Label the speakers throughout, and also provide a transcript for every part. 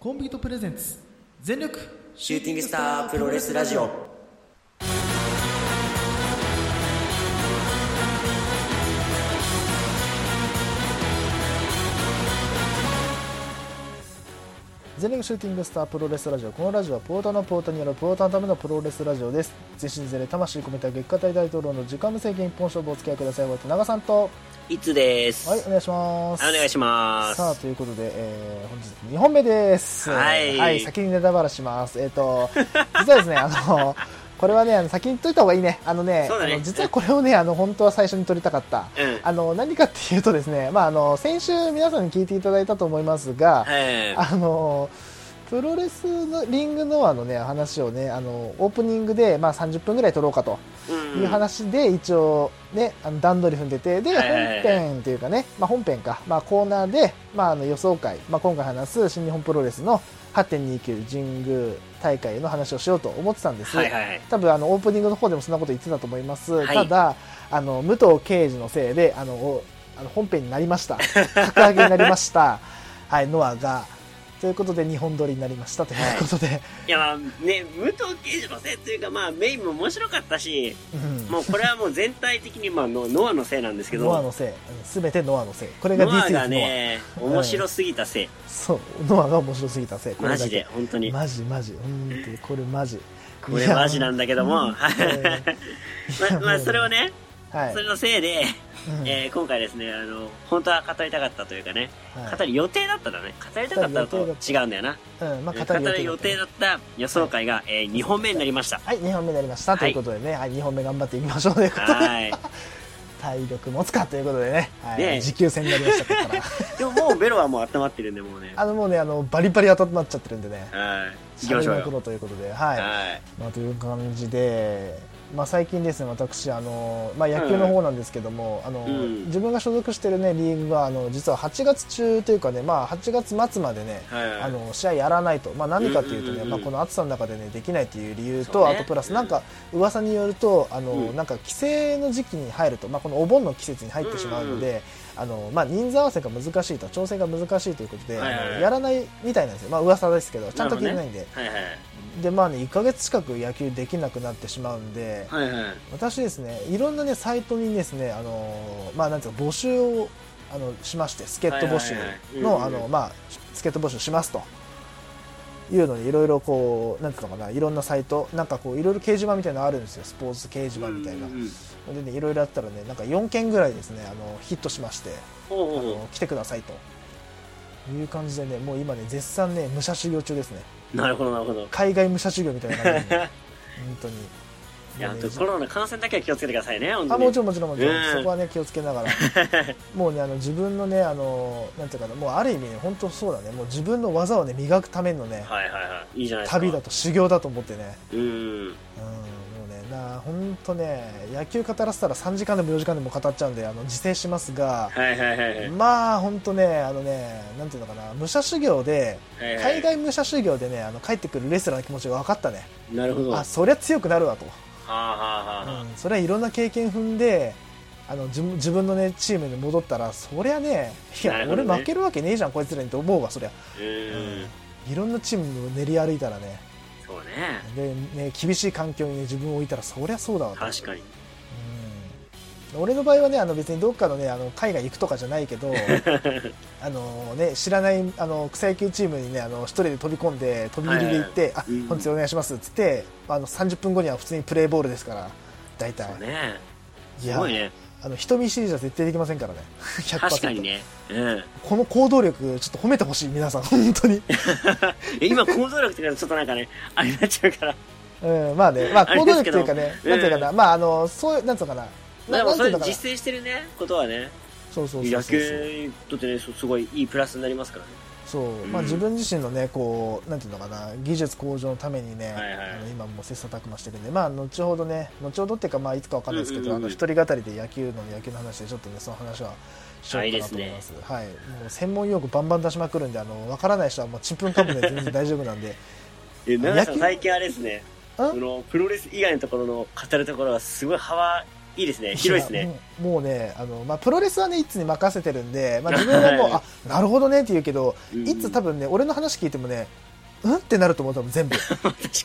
Speaker 1: コンビートプレゼンツ全力
Speaker 2: シューティングスタープロレスラジオ。
Speaker 3: ゼリングシューティングスタープロレスラジオこのラジオはポーターのポーターによるポーターのためのプロレスラジオです全身全霊魂込めた月下大大統領の時間無制限一本勝負をお付き合いください渡長さんと
Speaker 2: いつです。
Speaker 3: はいお願いします
Speaker 2: はいお願いします。
Speaker 3: さあということで、えー本日2本目です
Speaker 2: はい
Speaker 3: 先にネタバラしますえっ、と実はですねあの これはねあの先に言っといた方がいいねあのね
Speaker 2: そうだね
Speaker 3: あの実はこれをねあの本当は最初に撮りたかった、
Speaker 2: うん
Speaker 3: あの何かっていうとですね、まあ、あの先週皆さんに聞いていただいたと思いますが、
Speaker 2: え
Speaker 3: あのプロレスのリングノアのね話をねあのオープニングで、まあ、30分ぐらい撮ろうかと
Speaker 2: えうん
Speaker 3: いう話で、一応ねあの段取り踏んでてで
Speaker 2: はいはいはい
Speaker 3: 本編というかね、まあ、本編か、まあ、コーナーで、まあ、あの予想会、まあ、今回話す新日本プロレスの8.29神宮大会の話をしようと思ってたんです、
Speaker 2: はいはいはい。
Speaker 3: 多分あのオープニングの方でもそんなこと言ってたと思います、
Speaker 2: はい
Speaker 3: ただあの武藤刑事のせいであのおあの本編になりました格上げになり ましたはいノアがということで日本撮りになりましたということで、
Speaker 2: いや、まあ、ね、武藤刑事のせいというか、まあ、メインも面白かったし、
Speaker 3: うん
Speaker 2: もうこれはもう全体的に、まあ、ノノアのせいなんですけど、
Speaker 3: ノアのせいすべてノアのせいこれが
Speaker 2: ノ
Speaker 3: This
Speaker 2: ア
Speaker 3: is ノ
Speaker 2: が
Speaker 3: ア、
Speaker 2: ね、
Speaker 3: ん
Speaker 2: 面白すぎたせい。
Speaker 3: そうノアが面白すぎたせいこれ
Speaker 2: マ
Speaker 3: だけ
Speaker 2: ジで、本当に。
Speaker 3: マジマジうんこれマジ
Speaker 2: これマジなんだけども、
Speaker 3: いや
Speaker 2: まあ、まあ、それをね、
Speaker 3: はい
Speaker 2: それのせいで、
Speaker 3: うん
Speaker 2: えー今回ですね、あの、本当は語りたかったというかね、
Speaker 3: はい
Speaker 2: 語る予定だったんだね。語りたかったのと違うんだよな。
Speaker 3: うんまあ
Speaker 2: 語る予定
Speaker 3: だ
Speaker 2: だった予想会が、え2本目になりました。
Speaker 3: はい2本目になりました、ということでね、はい、2本目頑張っていきましょうということで
Speaker 2: はい。
Speaker 3: 体力持つかということでね、はい
Speaker 2: ねえ
Speaker 3: 持久戦になりましたから
Speaker 2: でももうベロはもう温まってるんで、もうね。
Speaker 3: あのもうねあのバリバリ当たってなっちゃってるんでね
Speaker 2: はい。行きましょう
Speaker 3: 喋りまくろ
Speaker 2: よ。
Speaker 3: うということではい、
Speaker 2: はい。
Speaker 3: まあ、という感じで、まあ、最近ですね私あの、まあ、野球の方なんですけども、あの
Speaker 2: うん
Speaker 3: 自分が所属してる、ね、リーグはあの実は8月中というかね、まあ、8月末までね、
Speaker 2: はいはい
Speaker 3: あの試合やらないと、まあ、何かというと
Speaker 2: うんうん
Speaker 3: ね、
Speaker 2: うん
Speaker 3: まあ、この暑さの中でねできないという理由
Speaker 2: そ
Speaker 3: と、
Speaker 2: うね
Speaker 3: あとプラス
Speaker 2: うん
Speaker 3: なんか噂によるとあの、
Speaker 2: うん
Speaker 3: なんか帰省の時期に入ると、まあ、このお盆の季節に入ってしまうので、あのまあ、人数合わせが難しいと調整が難しいということで、
Speaker 2: はいはいはい
Speaker 3: あのやらないみたいなんですよ、まあ噂ですけどちゃんと聞いてないんで。
Speaker 2: はいはい。
Speaker 3: でまあね1ヶ月近く野球できなくなってしまうんで、
Speaker 2: はいはい。
Speaker 3: 私ですねいろんなねサイトにですねあのーまあなんていうか募集をあのしまして助っ人募集
Speaker 2: はいはいはいうんう
Speaker 3: の
Speaker 2: ん
Speaker 3: あのまあ助っ人募集しますというのにいろいろこうなんていうのかないろんなサイトなんかこういろいろ掲示板みたいなのあるんですよスポーツ掲示板みたいな
Speaker 2: うんうんうん
Speaker 3: でねいろいろあったらねなんか4件ぐらいですねあのヒットしまして
Speaker 2: ほうほ
Speaker 3: あ
Speaker 2: う
Speaker 3: の
Speaker 2: ほ
Speaker 3: 来てくださいという感じでねもう今ね絶賛ね武者修行中ですね
Speaker 2: うなるほど、なるほど。
Speaker 3: 海外武者修行 みたいな感じで、ね、本当に。
Speaker 2: いや、
Speaker 3: も
Speaker 2: 本
Speaker 3: う
Speaker 2: 当
Speaker 3: ね
Speaker 2: にコロナ感染だけは気をつけてくださいね、本当
Speaker 3: あ
Speaker 2: に。
Speaker 3: もちろんもちろんもちろん、
Speaker 2: うん
Speaker 3: そこはね気をつけな がらもうねあの自分のねあのなんていうかなもうある意味ね本当そうだねもう自分の技をね磨くためのね
Speaker 2: はいはいはい。いいじゃないですか。
Speaker 3: 旅だと修行だと思ってね
Speaker 2: うん。
Speaker 3: うんもうねな本当ね野球語らせたら3時間でも4時間でも語っちゃうんであの自制しますが
Speaker 2: はいはいはいはい。
Speaker 3: まあ本当ねあのねなんていうのかな武者修行で
Speaker 2: はいはい
Speaker 3: 海外武者修行でねあの帰ってくるレスラーの気持ちが分かったね
Speaker 2: なるほど。は
Speaker 3: あそりゃ強くなるわと。
Speaker 2: あはあはあ。
Speaker 3: うん、それはいろんな経験踏んであの自分自分の、ね、チームに戻ったらそりゃねい
Speaker 2: な
Speaker 3: や
Speaker 2: るほど
Speaker 3: 俺
Speaker 2: ね
Speaker 3: 負けるわけねえじゃんこいつらにと思うわそりゃ、
Speaker 2: うん。
Speaker 3: いろんなチームを練り歩いたらね
Speaker 2: そうね。
Speaker 3: でね厳しい環境に、ね、自分を置いたらそりゃそうだわと
Speaker 2: 確かに。
Speaker 3: うん、俺の場合はねあの別にどっかの,、ね、あの海外行くとかじゃない けどあの、ね、知らないあの草野球チームにねあの一人で飛び込んで飛び入りで行って「
Speaker 2: はいはいはいうん
Speaker 3: あ本日お願いします」っつってあの30分後には普通にプレーボールですから大体
Speaker 2: そうね。
Speaker 3: い
Speaker 2: す
Speaker 3: や
Speaker 2: ごいね。
Speaker 3: あの人見知りじゃ絶対できません からね100%
Speaker 2: 確かにね。うん。
Speaker 3: この行動力ちょっと褒めてほしい 皆さん本当に、
Speaker 2: え 今、行動力って言うからちょっとなんかね、あれになっちゃうから。
Speaker 3: うん、まあね、まあ、
Speaker 2: あれ
Speaker 3: 行動力というかね
Speaker 2: ですけど
Speaker 3: なんていうかな、まああのそういうなんつうのかな
Speaker 2: まあで
Speaker 3: な
Speaker 2: も
Speaker 3: んて
Speaker 2: そ
Speaker 3: い
Speaker 2: れ
Speaker 3: うのかな
Speaker 2: 実践してるね、ことはね、
Speaker 3: そうそうそう
Speaker 2: 野
Speaker 3: そう
Speaker 2: 球にとってね、そすごいいいプラスになりますからね。
Speaker 3: そう、ま
Speaker 2: う
Speaker 3: あ、
Speaker 2: ん
Speaker 3: 自分自身のねこうなんていうのかな技術向上のためにね、
Speaker 2: はいはい
Speaker 3: あの今もう切磋琢磨してるんでまあ後ほどね後ほどっていうかまあいつかわかんないですけ
Speaker 2: う
Speaker 3: ど、
Speaker 2: んうんうん
Speaker 3: あの一人語りで野球の野球の話でちょっとねその話はしようかなと思いますはいもう専門用語バンバン出しまくるんであのわからない人はもうちんぷんかんぷんで全然大丈夫なんで
Speaker 2: え、奈良さ
Speaker 3: 野
Speaker 2: ん
Speaker 3: 球
Speaker 2: 最近あれですね、
Speaker 3: ん
Speaker 2: その、プロレス以外のところの語るところはすごい幅いいですね。広いですね。
Speaker 3: うんもうねあの、まあ、プロレスはねいつに任せてるんで、まあ、自分はもう
Speaker 2: は
Speaker 3: あなるほどねって言うけど
Speaker 2: うん
Speaker 3: いつ多分ね俺の話聞いてもねうんってなると思う多分全部
Speaker 2: 確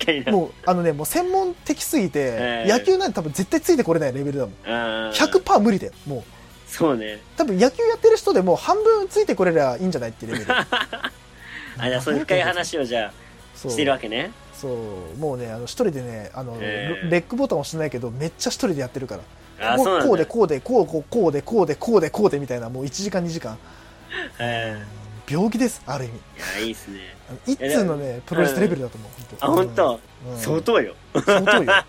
Speaker 2: かにな。
Speaker 3: もうあのねもう専門的すぎ
Speaker 2: え
Speaker 3: て
Speaker 2: え
Speaker 3: 野球なんて多分絶対ついてこれないレベルだもん
Speaker 2: あー
Speaker 3: 100%無理だよもう
Speaker 2: そうね。
Speaker 3: 多分野球やってる人でもう半分ついてこれりゃいいんじゃないっていうレベル
Speaker 2: あ、じゃあそういう深い話をじゃあ
Speaker 3: そう
Speaker 2: してるわけね。
Speaker 3: そうもうねあの一人でねあの、
Speaker 2: ええ
Speaker 3: レッグボタン押してないけどめっちゃ一人でやってるから
Speaker 2: あー
Speaker 3: こう
Speaker 2: そうなんだ。
Speaker 3: こうでこうでこうこうこうでこうでこうでこうでみたいなもう1時間2時間
Speaker 2: え
Speaker 3: 病気ですある意味
Speaker 2: ーいや、いいですね。
Speaker 3: あの一通のねプロレスレベルだと思う、
Speaker 2: あ、本当。
Speaker 3: うん
Speaker 2: 相当よ。
Speaker 3: 相当よだ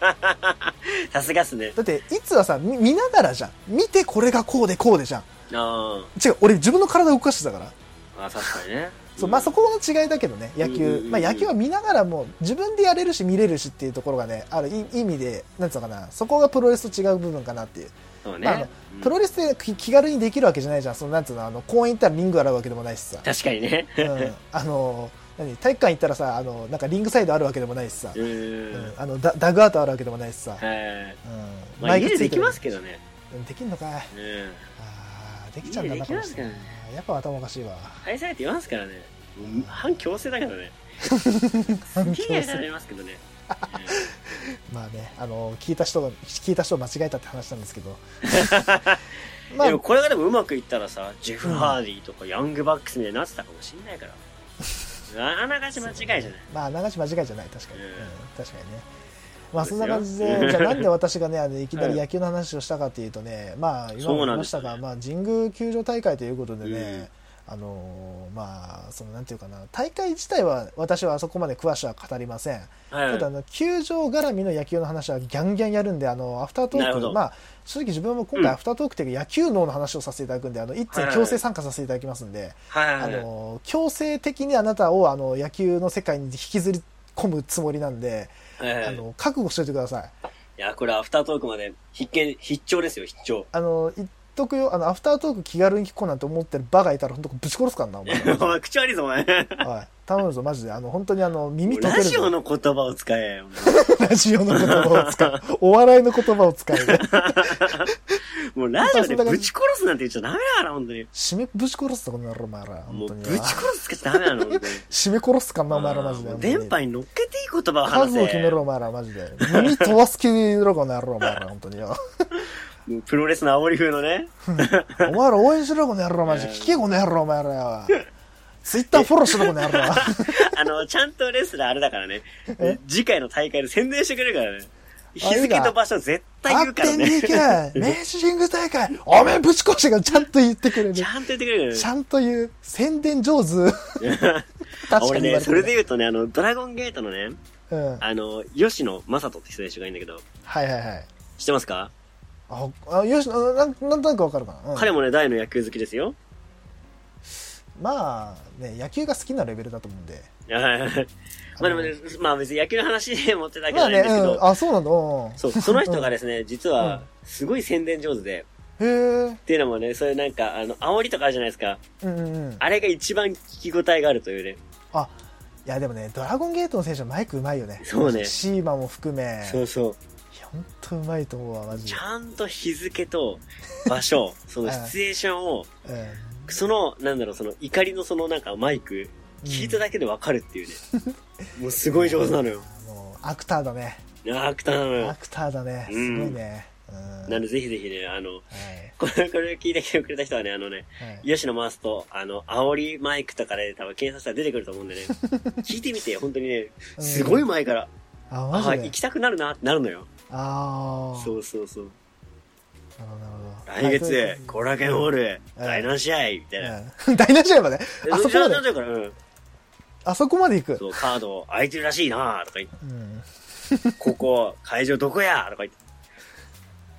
Speaker 2: さすがっすね。
Speaker 3: っていつはさみ見ながらじゃん見てこれがこうでこうでじゃん
Speaker 2: あ
Speaker 3: 違う俺自分の体動かしてたから
Speaker 2: ーあ、確かにね。
Speaker 3: そうまあ、そこの違いだけどね野
Speaker 2: うんうん
Speaker 3: 球
Speaker 2: うん、うん
Speaker 3: まあ、野球は見ながらも自分でやれるし見れるしっていうところがねあるい意味でなんつうのかなそこがプロレスと違う部分かなっていう、
Speaker 2: そう
Speaker 3: まああの
Speaker 2: ね。うん
Speaker 3: プロレスで気気軽にできるわけじゃないじゃんそのなんつうのあの公園行ったらリング洗うわけでもない しさ、
Speaker 2: 確かに ね。
Speaker 3: うん、あの何体育館行ったらさあのなんかリングサイドあるわけでもないしさ、
Speaker 2: う
Speaker 3: うん
Speaker 2: ーん。
Speaker 3: あのダダグアウトあるわけでもないしさ、
Speaker 2: はい。
Speaker 3: うん、
Speaker 2: まあ、家ででき
Speaker 3: る
Speaker 2: ますけどね。
Speaker 3: うんできんのかい
Speaker 2: うん。
Speaker 3: あーできちゃうんだ
Speaker 2: 家でで
Speaker 3: な
Speaker 2: き
Speaker 3: この
Speaker 2: ます
Speaker 3: 人
Speaker 2: かね
Speaker 3: やっぱ頭おかしいわ
Speaker 2: 愛されていますからね。もう反強制だから ね。す
Speaker 3: 反強制
Speaker 2: げえ愛されますけどね。
Speaker 3: まあね、あの聞いた人が聞いた人を間違えたって話なんですけど
Speaker 2: うん
Speaker 3: まあ
Speaker 2: でもこれがでもうまくいったらさ、ジェフ・ハーディとかヤングバックスみたいになってたかもしんないから。あながち間違いじゃない。
Speaker 3: まああながち間違いじゃない確かに、
Speaker 2: う
Speaker 3: うんん確かにねまあ
Speaker 2: そ
Speaker 3: そ
Speaker 2: うんです
Speaker 3: な
Speaker 2: よ
Speaker 3: 感じで じゃあなんで私がねあのいきなり
Speaker 2: はい
Speaker 3: 野球の話をしたかっていうとね、まあ今
Speaker 2: そう
Speaker 3: も
Speaker 2: なんで
Speaker 3: 言いますしたが、まあ、神宮球場大会ということで
Speaker 2: うん
Speaker 3: ね、あのまあそのなんていうかな大会自体は私はあそこまで詳しくは語りません、
Speaker 2: はい
Speaker 3: ただあの球場絡みの野球の話はギャンギャンやるんであのアフタート
Speaker 2: なるほ
Speaker 3: ー
Speaker 2: ど
Speaker 3: クまあ正直自分も今
Speaker 2: うん
Speaker 3: 回アフタートークというか野球脳の話をさせていただくんであの一
Speaker 2: はい
Speaker 3: 通
Speaker 2: はい
Speaker 3: 強制参加させていただきますんで
Speaker 2: はい
Speaker 3: あ
Speaker 2: はいはい。
Speaker 3: の強制的にあなたをあの野球の世界に引きずり込むつもりなんで
Speaker 2: はいは
Speaker 3: あ
Speaker 2: いい
Speaker 3: の覚悟しといてください
Speaker 2: や、これアフタートークまで必見、必聴ですよ、必 聴。
Speaker 3: あの言っとくよあのアフタートーク気軽に聞こうなんて思ってるバカいたら本当ぶち殺すからな お前
Speaker 2: お前、口悪いぞ、お前。
Speaker 3: はい頼むぞマジであの本当にあの耳立て
Speaker 2: ラ
Speaker 3: る
Speaker 2: ジ
Speaker 3: ぞ
Speaker 2: オの言葉を使え。
Speaker 3: ラジオの言葉を使 うお笑いの言葉を使う
Speaker 2: もうラジオでぶち殺すなんて言っちゃダメだから、本当に。
Speaker 3: 締めぶち殺すぞこの野郎お前ら
Speaker 2: も
Speaker 3: 本
Speaker 2: う
Speaker 3: 当に
Speaker 2: ぶち殺すしかダメなの、本当に。
Speaker 3: 締め殺すかんなお前らマジ
Speaker 2: あ
Speaker 3: で
Speaker 2: ー電波に乗っけていい言葉を話せ。
Speaker 3: 数を決めろお前らマジで耳飛ばす気に入ろこの野郎お前ら本当によ
Speaker 2: もうプロレスの煽り風のね。
Speaker 3: お前ら応援しろこの野郎マジ
Speaker 2: うん
Speaker 3: 聞けこの野郎お前らよツイッターフォローしろこの 野郎
Speaker 2: あの、ちゃんとレスラーあれだからね。次回の大会で宣伝してくれるからね。日
Speaker 3: いい
Speaker 2: 付
Speaker 3: な
Speaker 2: と場所絶対
Speaker 3: あ
Speaker 2: 言
Speaker 3: っ
Speaker 2: うから
Speaker 3: てん
Speaker 2: ね。
Speaker 3: でいけ明治神宮大会おめえぶち越しがちゃんと言ってくれ る
Speaker 2: ち
Speaker 3: ち
Speaker 2: ゃんと言ってくれるか
Speaker 3: ゃんと言う宣伝上手
Speaker 2: らね。
Speaker 3: 確か
Speaker 2: 俺
Speaker 3: に
Speaker 2: ね、
Speaker 3: 言われて
Speaker 2: そ
Speaker 3: る
Speaker 2: れで言うとね、あの、ドラゴンゲートのね、
Speaker 3: うんはい
Speaker 2: あの、吉野正人って選手がいいんだけど、
Speaker 3: はいはい
Speaker 2: 知ってますか、
Speaker 3: ああよしあなんなんとなくわかるかな、うん
Speaker 2: 彼もね、大の野球好きですよ。
Speaker 3: まあね野球が好きなレベルだと思うんで
Speaker 2: まあでもね、まあ別に野球の話で持ってたわけじ
Speaker 3: ま
Speaker 2: ゃ
Speaker 3: あ
Speaker 2: ないん
Speaker 3: ね、
Speaker 2: ですけど、
Speaker 3: うん、あそうなんだうんうん
Speaker 2: そう、その人がですね、実は
Speaker 3: うん、
Speaker 2: すごい宣伝上手で、
Speaker 3: へえ
Speaker 2: っていうのもね、そういうなんか、あの、煽りとかあるじゃないですか。
Speaker 3: うんうんうん
Speaker 2: あれが一番聞き応えがあるというね。
Speaker 3: あいやでもねドラゴンゲートの選手はマイクうまいよね
Speaker 2: そうね
Speaker 3: シーマも含め
Speaker 2: そうそう。
Speaker 3: いや本当うまいと思うわマジ
Speaker 2: ち
Speaker 3: で、
Speaker 2: ゃんと日付と場 所、そのシチュエーションを、
Speaker 3: うん
Speaker 2: その、なんだろう、その怒りのそのなんかマイク、聞いただけでわかるっていう ね。もうすごい上手なのよ。
Speaker 3: あのアクターだね
Speaker 2: アクターなの
Speaker 3: ア
Speaker 2: よ。
Speaker 3: クターだねすごいねうん
Speaker 2: なのでぜひぜひね、あの、
Speaker 3: はい
Speaker 2: これ、これを聞いてくれた人はね、あのね、
Speaker 3: はい
Speaker 2: 吉野回すと、あの、煽りマイクとかで多分検索したら出てくると思うんで ね、聞いてみて、本当にね、
Speaker 3: うん
Speaker 2: すごい前から、
Speaker 3: あ
Speaker 2: あ
Speaker 3: マ
Speaker 2: あ、
Speaker 3: ジで
Speaker 2: 行きたくなるなってなるのよ。
Speaker 3: ああ
Speaker 2: そうそうそう。
Speaker 3: なるほどなるほ
Speaker 2: 来
Speaker 3: ど
Speaker 2: 月、コラケンホー
Speaker 3: ル
Speaker 2: ル、
Speaker 3: うん
Speaker 2: 第何試合みたいな。
Speaker 3: 大な試合まで
Speaker 2: え
Speaker 3: あそこまで
Speaker 2: じゃあじゃあじゃあうん
Speaker 3: あそこまで行く
Speaker 2: そう、カード空いてるらしいなとか言 って、
Speaker 3: うん
Speaker 2: ここ、会場どこやとか言って。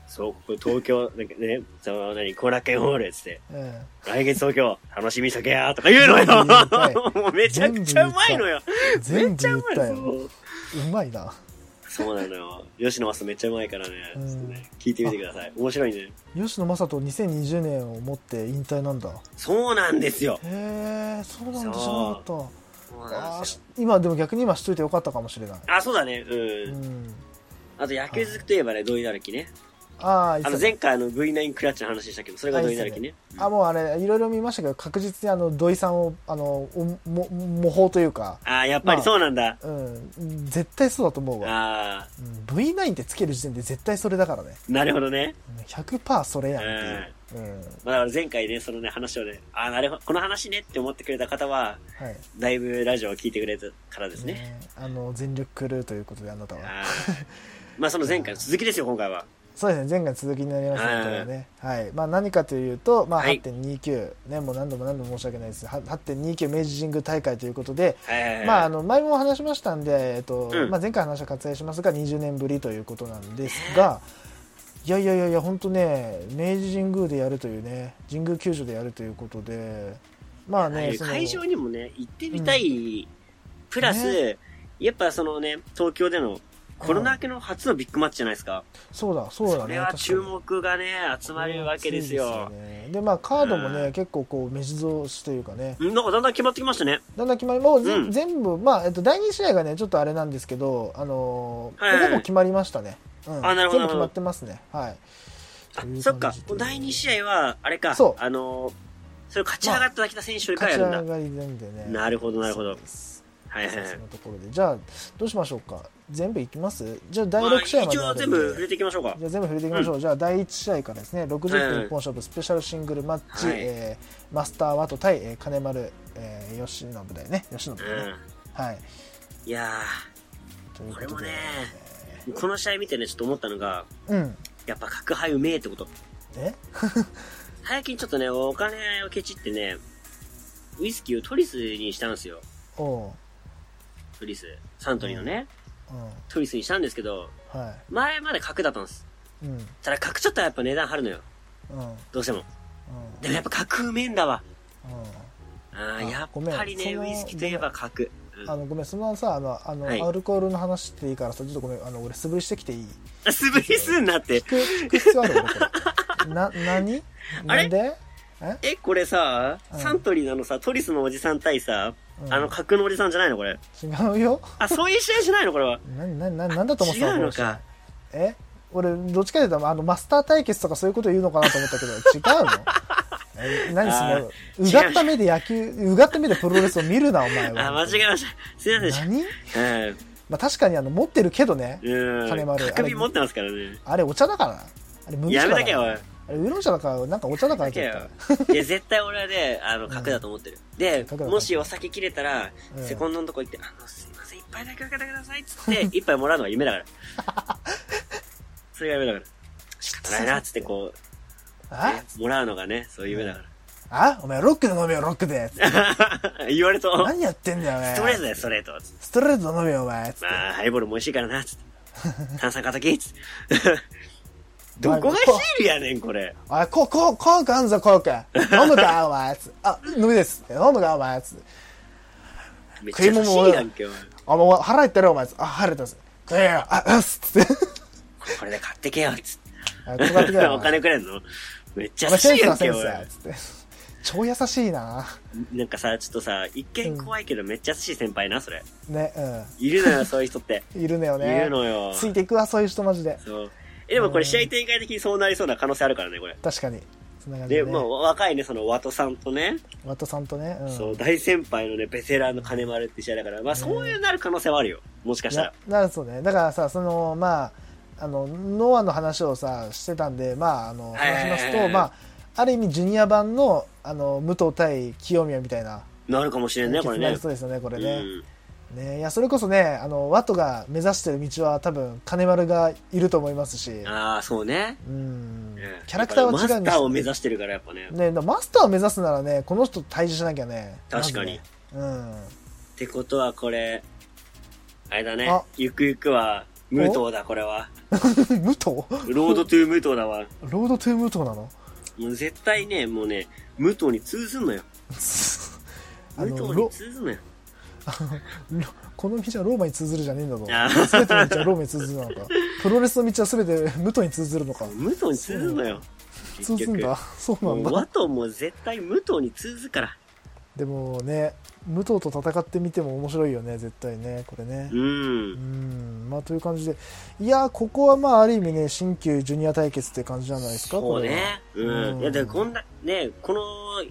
Speaker 2: そう、ここ東京、なんかね、その、何、後楽園ホールっつって、
Speaker 3: うん
Speaker 2: 来月東京、楽しみにしとけやとか言うの
Speaker 3: 全部言いた
Speaker 2: よ
Speaker 3: い
Speaker 2: もうめちゃくちゃうまいのよめ
Speaker 3: 全
Speaker 2: っ
Speaker 3: 部
Speaker 2: ちゃ
Speaker 3: 言
Speaker 2: う
Speaker 3: っ
Speaker 2: まい
Speaker 3: たよ
Speaker 2: そうそう
Speaker 3: うまいな
Speaker 2: なのよ。吉野マスめっちゃうまいからね、ち
Speaker 3: う
Speaker 2: ょ
Speaker 3: ん
Speaker 2: っとね聞いてみてください。面白いね。
Speaker 3: 吉野正人2020年をもって引退なんだ
Speaker 2: そうなんですよ。
Speaker 3: へえそうなんだ知らなかった
Speaker 2: そう
Speaker 3: あ
Speaker 2: なん
Speaker 3: ー
Speaker 2: です
Speaker 3: し今でも逆に今しといてよかったかもしれない、
Speaker 2: よ。あ、そうだね。う。
Speaker 3: うんん、
Speaker 2: あと野球好きといえばね、土井成樹ね。
Speaker 3: ああ、いつ
Speaker 2: あの前回あの V9 クラッチの話したけど、それが土井成樹ね。
Speaker 3: あもうあれいろいろ見ましたけど確実にあの土井さんをあのおも模倣というか、
Speaker 2: ああ、やっぱりそうなんだ。
Speaker 3: うん、絶対そうだと思うわ、
Speaker 2: ああ
Speaker 3: うん V9 ってつける時点で絶対それだからね
Speaker 2: ー、なるほどね。
Speaker 3: うん100%それやんっていう、うん
Speaker 2: まあ、だから前回ね、そのね、話をね、ああ、なるほど、この話ねって思ってくれた方は、
Speaker 3: はい
Speaker 2: だいぶラジオを聞いてくれたからですね。
Speaker 3: ねあの全力クルーということであなたは
Speaker 2: あーまあ、その前回の続きですよ、今回は。
Speaker 3: そうですね前回続きになりましたけどね、はいまあ、何かというと、まあ、
Speaker 2: はい
Speaker 3: 8.29、ね、もう何度も何度も申し訳ないですは8.29明治神宮大会ということで、
Speaker 2: えー
Speaker 3: まあ、あの前も話しましたんで、えっと
Speaker 2: うん
Speaker 3: まあ、前回話した割愛しますが20年ぶりということなんですが、いやいやいやいや本当ね明治神宮でやるというね神宮球場でやるということでまあ
Speaker 2: ああい
Speaker 3: ね
Speaker 2: う
Speaker 3: その
Speaker 2: 会場にもね、行ってみたい。プラス、
Speaker 3: ね
Speaker 2: やっぱそのね、東京でのコロナ明けの初のビッグマッチじゃないですか。
Speaker 3: そうだそうだ
Speaker 2: そ
Speaker 3: ね
Speaker 2: れは
Speaker 3: 確かに
Speaker 2: 注目がね、集まるわけです
Speaker 3: そう
Speaker 2: よ。
Speaker 3: ねでまあカードもね、
Speaker 2: うん
Speaker 3: 結構こう目白押しというかね
Speaker 2: うんなんかだんだん決まってきましたね。
Speaker 3: だんだん決まりもうぜ、
Speaker 2: うん
Speaker 3: 全部まあ、えっと、第2試合がねちょっとあれなんですけどあのー
Speaker 2: はいはい
Speaker 3: ほぼ決まりましたね、うん、
Speaker 2: あなるほど
Speaker 3: 全部決まってますねはい
Speaker 2: あ
Speaker 3: という感じ
Speaker 2: そっか、第2試合は、あれか、
Speaker 3: そう
Speaker 2: あのー、それを勝ち上がっただけた選手を一回
Speaker 3: 勝
Speaker 2: やる
Speaker 3: ち
Speaker 2: ん
Speaker 3: 上
Speaker 2: だ。
Speaker 3: がりなんでね
Speaker 2: なるほど、なるほど。
Speaker 3: そうです
Speaker 2: はいはいはい
Speaker 3: そ。のところでじゃあどうしましょうか全部いきますじゃあ第
Speaker 2: まあ、
Speaker 3: 6試合ま
Speaker 2: 一
Speaker 3: でな
Speaker 2: 応
Speaker 3: ので
Speaker 2: 全部触れていきましょうか
Speaker 3: じ。ゃあ全部触れていきましょう、じゃあ第1試合からですね60
Speaker 2: うん
Speaker 3: 分一本勝負スペシャルシングルマッチ、
Speaker 2: はい
Speaker 3: えーマスター・ワト対、えー金丸、えー、吉信だよね吉信
Speaker 2: う
Speaker 3: だよね、
Speaker 2: ん。
Speaker 3: はい
Speaker 2: いや
Speaker 3: という
Speaker 2: こ
Speaker 3: こ
Speaker 2: れ
Speaker 3: と
Speaker 2: も
Speaker 3: で
Speaker 2: ねー、この試合見てね、ちょっと思ったのが、
Speaker 3: うん
Speaker 2: やっぱ格敗うめえってこと。
Speaker 3: え
Speaker 2: 最近ちょっとね、お金をケチってね、ウイスキーをトリスにしたんですよ。
Speaker 3: おう
Speaker 2: トリス。サントリーのね、
Speaker 3: う
Speaker 2: トリスにしたんですけど、
Speaker 3: んは
Speaker 2: 前まで格だったんです。
Speaker 3: いうん
Speaker 2: ただ格ちょっとやっぱ値段張るのよ。
Speaker 3: うんうん
Speaker 2: どうしても。でもやっぱ格うめえんだわ。あ
Speaker 3: あ
Speaker 2: あ、やっぱりね、
Speaker 3: ご
Speaker 2: ウ
Speaker 3: めん
Speaker 2: イスキーといえば格。うん
Speaker 3: あのごめんそのさあのあの、
Speaker 2: はい
Speaker 3: アルコールの話っていいからさちょっとごめんあの俺素振りしてきていい
Speaker 2: あ素振りすんなって
Speaker 3: 聞。く聞く必要ある俺こ れな何
Speaker 2: あ
Speaker 3: な
Speaker 2: れ
Speaker 3: んで
Speaker 2: え、これさ、
Speaker 3: うん
Speaker 2: サントリーなのさ、トリスのおじさん対さ、
Speaker 3: うん
Speaker 2: あの、格のおじさんじゃないのこれ。
Speaker 3: 違うよ
Speaker 2: あ、そういう試合じゃないのこれは。
Speaker 3: 何何何何だと思ってた
Speaker 2: 違うの
Speaker 3: この
Speaker 2: か。
Speaker 3: 人え俺どっちかというとあのマスター対決とかそういうこと言うのかなと思ったけど違うのえ何そ
Speaker 2: ー
Speaker 3: のうがった目で野球うがった目でプロレスを見るなお前 は
Speaker 2: あ、間違えました。すいませんでし
Speaker 3: 何、
Speaker 2: た。うん。
Speaker 3: まあ、確かにあの持ってるけどね金
Speaker 2: うん。
Speaker 3: 丸
Speaker 2: 角瓶持ってますからね。
Speaker 3: あれお茶だからなあれ麦
Speaker 2: や
Speaker 3: 茶
Speaker 2: めと
Speaker 3: だか
Speaker 2: けよ、おい
Speaker 3: ら。あれウーロン茶だからなんかお茶だから
Speaker 2: だけ
Speaker 3: 絶
Speaker 2: よ
Speaker 3: 対。
Speaker 2: いや、絶対俺はね、あの、角だと思ってる。で
Speaker 3: 角だと、思う
Speaker 2: もしお酒切れたら、
Speaker 3: うん
Speaker 2: セコンドのとこ行って、あの、すいません、一杯だけ開けてくださいっつ って、一杯もらうのが夢だから。それが夢だから。仕方ないな、っつってこう、
Speaker 3: あ
Speaker 2: ね もらうのがね、そういう夢だか
Speaker 3: あお前ロックで飲めよロックでつって
Speaker 2: ら。 言われと、
Speaker 3: 何やってんだよお前
Speaker 2: ストレートだよ、ストレート。
Speaker 3: ストレート飲めよお前つって
Speaker 2: まあ、ハイボールも美味しいからな、つ って。炭酸叩き、つって。どこがシールやねん、これ。
Speaker 3: あ、こ、こ、コークあんぞ、コーク。 飲むか、お前。つあ、飲みです。飲むか、お前。つ
Speaker 2: めっちゃ優しいやんけ、お前
Speaker 3: あ、もう腹減ってる、お前。つあ、腹減ってます。食えよ、あ、うっす。つって。
Speaker 2: これで買ってけよ、つって。
Speaker 3: あ、配ってくれよ。
Speaker 2: お金くれんのめっち
Speaker 3: お
Speaker 2: ゃ
Speaker 3: 前
Speaker 2: 優し
Speaker 3: セン
Speaker 2: い
Speaker 3: ス
Speaker 2: や
Speaker 3: だ、
Speaker 2: んけ、
Speaker 3: セン
Speaker 2: お
Speaker 3: スだ。つって。超優しいな。
Speaker 2: いなんかさ、ちょっとさ、一見怖いけどめっちゃ優しい先輩な、そ れ。
Speaker 3: ね、
Speaker 2: いるのよ、そういう人って。
Speaker 3: うん。いるねよ
Speaker 2: い
Speaker 3: ね。
Speaker 2: るのよ。
Speaker 3: ついていくわ、そういう人、マジで。
Speaker 2: そう。え、でもこれ試合展開的にそうなりそうな可能性あるからね、これ。
Speaker 3: 確かに。そんな感じ
Speaker 2: で、
Speaker 3: で、ね。
Speaker 2: まあ、若いね、その、ワトさんとね、
Speaker 3: ワトさんとね。うん。
Speaker 2: そう、大先輩のね、ベテランの金丸って試合だから、まあ、そういうなる可能性はあるよ。もしかしたら
Speaker 3: な。なるそうねだからさそのまああのノアの話をさしてたんでまああの
Speaker 2: はいはいはい
Speaker 3: 話しますとまあある意味ジュニア版のあの武藤対清宮みたいな
Speaker 2: なるかもしれんね、
Speaker 3: 結
Speaker 2: こ
Speaker 3: 果
Speaker 2: れ
Speaker 3: にな
Speaker 2: ね
Speaker 3: り。そうですよねこれ
Speaker 2: う
Speaker 3: ね,、
Speaker 2: ん
Speaker 3: ねいやそれこそねあのワトが目指してる道は多分金丸がいると思いますし
Speaker 2: ああ、そうね。
Speaker 3: うん
Speaker 2: うん
Speaker 3: キャラクターは違うん
Speaker 2: マ
Speaker 3: です
Speaker 2: スターを目指してるから、やっぱね。っ
Speaker 3: ねだからマスターを目指すならねこの人と対峙しなきゃね
Speaker 2: 確かに
Speaker 3: まずね
Speaker 2: てことは、これ、あれだね
Speaker 3: あ。
Speaker 2: ゆくゆくは、武藤だ、これは。
Speaker 3: うん 武藤
Speaker 2: ロードトゥー武藤だわ。
Speaker 3: ロードトゥー武藤なの
Speaker 2: もう絶対ね、もうね、武藤に通ずんのよ。
Speaker 3: あ
Speaker 2: 武
Speaker 3: の
Speaker 2: 藤
Speaker 3: ロ
Speaker 2: に通ずんのよ。
Speaker 3: ロ この道はローマに通ずるじゃねえんだぞ
Speaker 2: あ。
Speaker 3: すべての道はローマに通ずるなの か。プロレスの道はすべて武藤に通ずるのか。
Speaker 2: 武藤に通ずんのよ。
Speaker 3: 通ずんだ。そうな
Speaker 2: も
Speaker 3: ん
Speaker 2: う、
Speaker 3: だ。
Speaker 2: 和藤も絶対武藤に通ずから。
Speaker 3: でもね武藤と戦ってみても面白いよね絶対ねこれね
Speaker 2: うん
Speaker 3: うんまあという感じでいやここはまあある意味ね新旧ジュニア対決って感じじゃないですか
Speaker 2: そうね。う。
Speaker 3: うんん
Speaker 2: いや、で、こんな、ね、この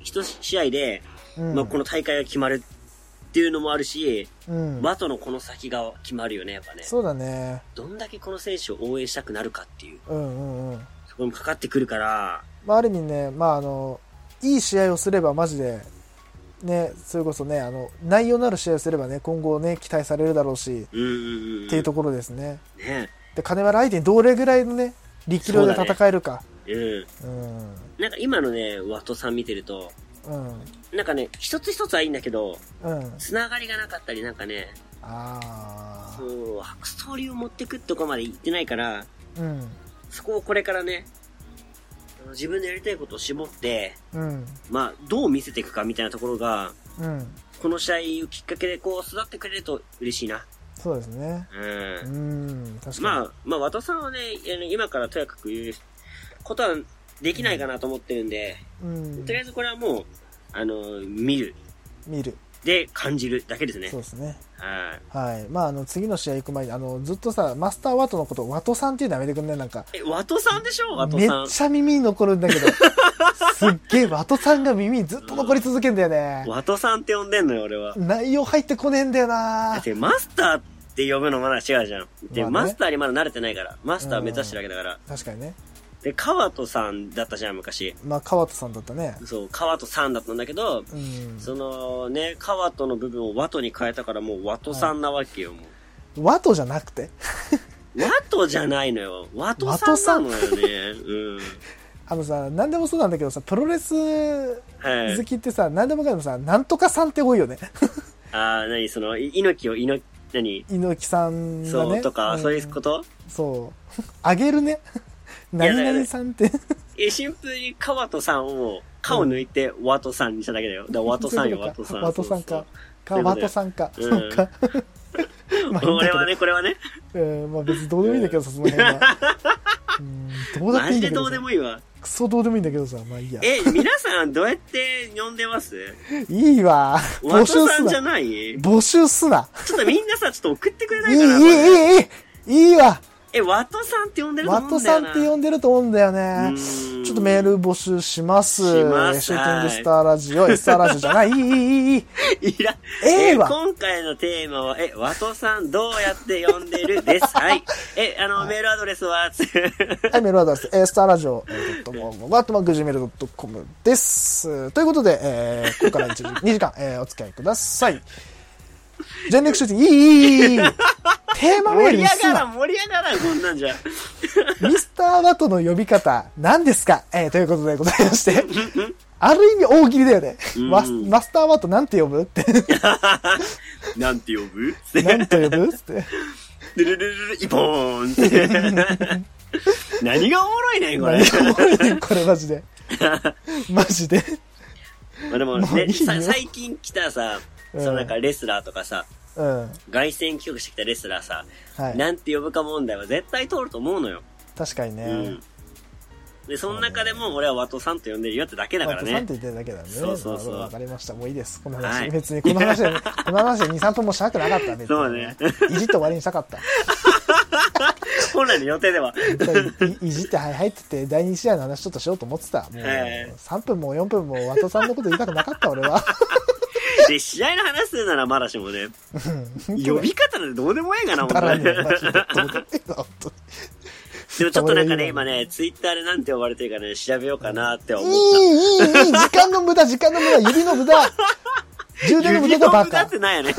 Speaker 2: 一試合で、
Speaker 3: これはうん
Speaker 2: まあ、この大会が決まるっていうのもあるし、
Speaker 3: うん
Speaker 2: バトのこの先が決まるよね、やっぱね。
Speaker 3: そうだね
Speaker 2: どんだけこの選手を応援したくなるかっていう、
Speaker 3: うんうんうん
Speaker 2: そこにもかかってくるから、
Speaker 3: まあ、ある意味ね、まあ、あのいい試合をすればマジで、ね、それこそねあの内容のある試合をすればね今後ね期待されるだろうし、
Speaker 2: うんうんうん。
Speaker 3: っていうところですね
Speaker 2: ね。
Speaker 3: で金丸相手にどれぐらいのね力量で戦えるか
Speaker 2: うん。
Speaker 3: う,、
Speaker 2: なんか今のね、ワトさん見てると、
Speaker 3: んうん
Speaker 2: なんかね、一つ一つはいいんだけど、
Speaker 3: うん
Speaker 2: つながりがなかったり、なんかね、
Speaker 3: ああ
Speaker 2: そう、ストーリーを持ってくとこまで行ってないから、
Speaker 3: うん
Speaker 2: そこをこれからね、あの自分のやりたいことを絞って、
Speaker 3: うん
Speaker 2: まあ、どう見せていくかみたいなところが、
Speaker 3: うん
Speaker 2: この試合をきっかけでこう育ってくれると嬉しいな。
Speaker 3: そうですね
Speaker 2: う。
Speaker 3: うんん確かに、
Speaker 2: まあ、まあ、和田さんはね、あの今からとやかく言うことはできないかなと思ってるんで、
Speaker 3: うん
Speaker 2: とりあえずこれはもう、あの、見る。
Speaker 3: 見る
Speaker 2: で、感じるだけですね
Speaker 3: そう。ですね
Speaker 2: はい。
Speaker 3: はいまああの次の試合行く前にあのずっとさマスターワトのことワトさんっていうのやめてくんないなんか
Speaker 2: え、和田さんでしょ和田
Speaker 3: めっ
Speaker 2: さん。
Speaker 3: ちゃ耳に残るんだけ どすっげえワトさんが耳にずっと残り続けんだよね
Speaker 2: 和田さんって呼んでんのよ、俺は。
Speaker 3: 内容入ってこねえんだよ
Speaker 2: だ
Speaker 3: な
Speaker 2: って、マスターって呼ぶのまだ違うじゃん。で、
Speaker 3: まあ
Speaker 2: マ
Speaker 3: ね
Speaker 2: スターにまだ慣れてないから。マスター目指してるわけだから。
Speaker 3: 確かにね
Speaker 2: で、川戸さんだったじゃん、昔。
Speaker 3: まあ川田さんだったね
Speaker 2: そう、川戸さんだったんだけど、
Speaker 3: うん
Speaker 2: そのね、川戸の部分を和戸に変えたからもう和戸さんなわけよ、も
Speaker 3: ワトじゃなくて
Speaker 2: う。和戸じゃないのよ。和戸さんなのよね。うん。
Speaker 3: あのさ何でもそうなんだけどさプロレス
Speaker 2: はい
Speaker 3: 好。きってさ何でもかんでもさなんとかさんって多いよね
Speaker 2: ああ、なに、その、い猪木を猪木、なに、
Speaker 3: 猪木さんが
Speaker 2: そ
Speaker 3: ね
Speaker 2: うとか、
Speaker 3: ん
Speaker 2: そういうこと
Speaker 3: そうあげるね
Speaker 2: やだ
Speaker 3: 何
Speaker 2: から
Speaker 3: 々さんって
Speaker 2: え、シンプルに川戸さんを、かを抜いて、和戸さんにしただけだよ。だから和戸さんよ、和戸さん。
Speaker 3: ワトさん
Speaker 2: そう
Speaker 3: かか
Speaker 2: そういうこと
Speaker 3: ワ
Speaker 2: だよ
Speaker 3: トさんか、
Speaker 2: うん
Speaker 3: そうかまあい
Speaker 2: そう。
Speaker 3: いんだ
Speaker 2: 俺
Speaker 3: けど
Speaker 2: はね、これはね、
Speaker 3: うん、まあ別にどうでもいいんだけどさ、その辺は。うんどうだっ
Speaker 2: マ
Speaker 3: てい
Speaker 2: ジ
Speaker 3: いん
Speaker 2: で
Speaker 3: だけ
Speaker 2: ど
Speaker 3: ど
Speaker 2: う
Speaker 3: さ
Speaker 2: で。もいいわ。
Speaker 3: クソどうでもいいんだけどさ、まあいいや。
Speaker 2: え、皆さん、どうやって呼んでます
Speaker 3: いいわ。
Speaker 2: 和 戸
Speaker 3: 募集
Speaker 2: さ
Speaker 3: す
Speaker 2: んじゃ
Speaker 3: な。
Speaker 2: ないち
Speaker 3: 募集すな。
Speaker 2: ょっとみんなさ、ちょっと送ってくれないい
Speaker 3: い、
Speaker 2: か
Speaker 3: いい
Speaker 2: な、これ
Speaker 3: いい、いいわ。
Speaker 2: え、ワトさんって呼んでると
Speaker 3: ワ
Speaker 2: 思う
Speaker 3: ト
Speaker 2: んだ
Speaker 3: さ
Speaker 2: よ
Speaker 3: ん
Speaker 2: な。
Speaker 3: って呼んでると思うんだよね。
Speaker 2: うん
Speaker 3: ちょっとメール募集します。
Speaker 2: します
Speaker 3: シューティングスターラジオ、エスターラジオじゃない。いい、いい、いい。
Speaker 2: いらん
Speaker 3: ええわ
Speaker 2: 今回のテーマは、え、ワトさんどうやって呼んでるです。はい。え、あの、メールアドレスは、つ
Speaker 3: はい、メールアドレス、エスターラジオ、えー、ドットモワットマークジメルドットコムです。ということで、えー、ここから1時、2時間、えー、お付き合いください。全力シューティング、いい、いい、いい、いい。テーマメ
Speaker 2: 盛
Speaker 3: ール
Speaker 2: り
Speaker 3: にす
Speaker 2: 上がら、
Speaker 3: なん
Speaker 2: 盛り上がらん、こんなんじゃ。
Speaker 3: ミスターワトの呼び方、何ですかえー、ということでございまして。ある意味大喜利だよね。マスマスターワトなんて呼ぶって。
Speaker 2: なんて呼ぶって。
Speaker 3: なんて呼ぶって。
Speaker 2: ルルルルル、イポーンって。何がおもろいねん、これ。
Speaker 3: これマジ で。マジで。
Speaker 2: まあでも、
Speaker 3: もうい
Speaker 2: ね、
Speaker 3: いよ
Speaker 2: さ最近来たさ、
Speaker 3: うん
Speaker 2: そのなんかレスラーとかさ、
Speaker 3: うん。
Speaker 2: 外戦帰国してきたレスラーさ、
Speaker 3: はい。
Speaker 2: なんて呼ぶか問題は絶対通ると思うのよ。
Speaker 3: 確かにね。
Speaker 2: うん。で、その中でも俺はワトさんと呼んでるよってだけだから
Speaker 3: ワットさん
Speaker 2: ね
Speaker 3: っ。て言ってるだけなんでね。
Speaker 2: そうそうそう
Speaker 3: わかりました。もういいです。この話。
Speaker 2: はい
Speaker 3: 別にこの話 で、この話で2、3分もしなくなかった。別に
Speaker 2: そうね。
Speaker 3: いじって終わりにしたかった。
Speaker 2: 本来の予定では。
Speaker 3: 本当にいいじって、はいはいって言って、第2試合の話ちょっとしようと思ってた。もう
Speaker 2: はい
Speaker 3: 3分も4分もワトさんのこと言いたくなかった、俺は。
Speaker 2: で、試合の話するならまだし もね、呼び方なんてどうでもええがな、ほん
Speaker 3: だ
Speaker 2: と
Speaker 3: ら
Speaker 2: に。
Speaker 3: ね
Speaker 2: で
Speaker 3: え
Speaker 2: も
Speaker 3: マジでどうでもいいな本当に
Speaker 2: ちょっとなんか
Speaker 3: どうでもい
Speaker 2: ね、
Speaker 3: い
Speaker 2: 今ね、ツイッターでなんて呼ばれてるかね、調べようかなって思
Speaker 3: い
Speaker 2: っ
Speaker 3: い、いい、いい。時間の無駄、時間の無駄、指の無駄。充
Speaker 2: た。
Speaker 3: 電の無
Speaker 2: 指
Speaker 3: 駄
Speaker 2: の
Speaker 3: だ、バ
Speaker 2: 無駄っ
Speaker 3: カ。
Speaker 2: てなんや ねん。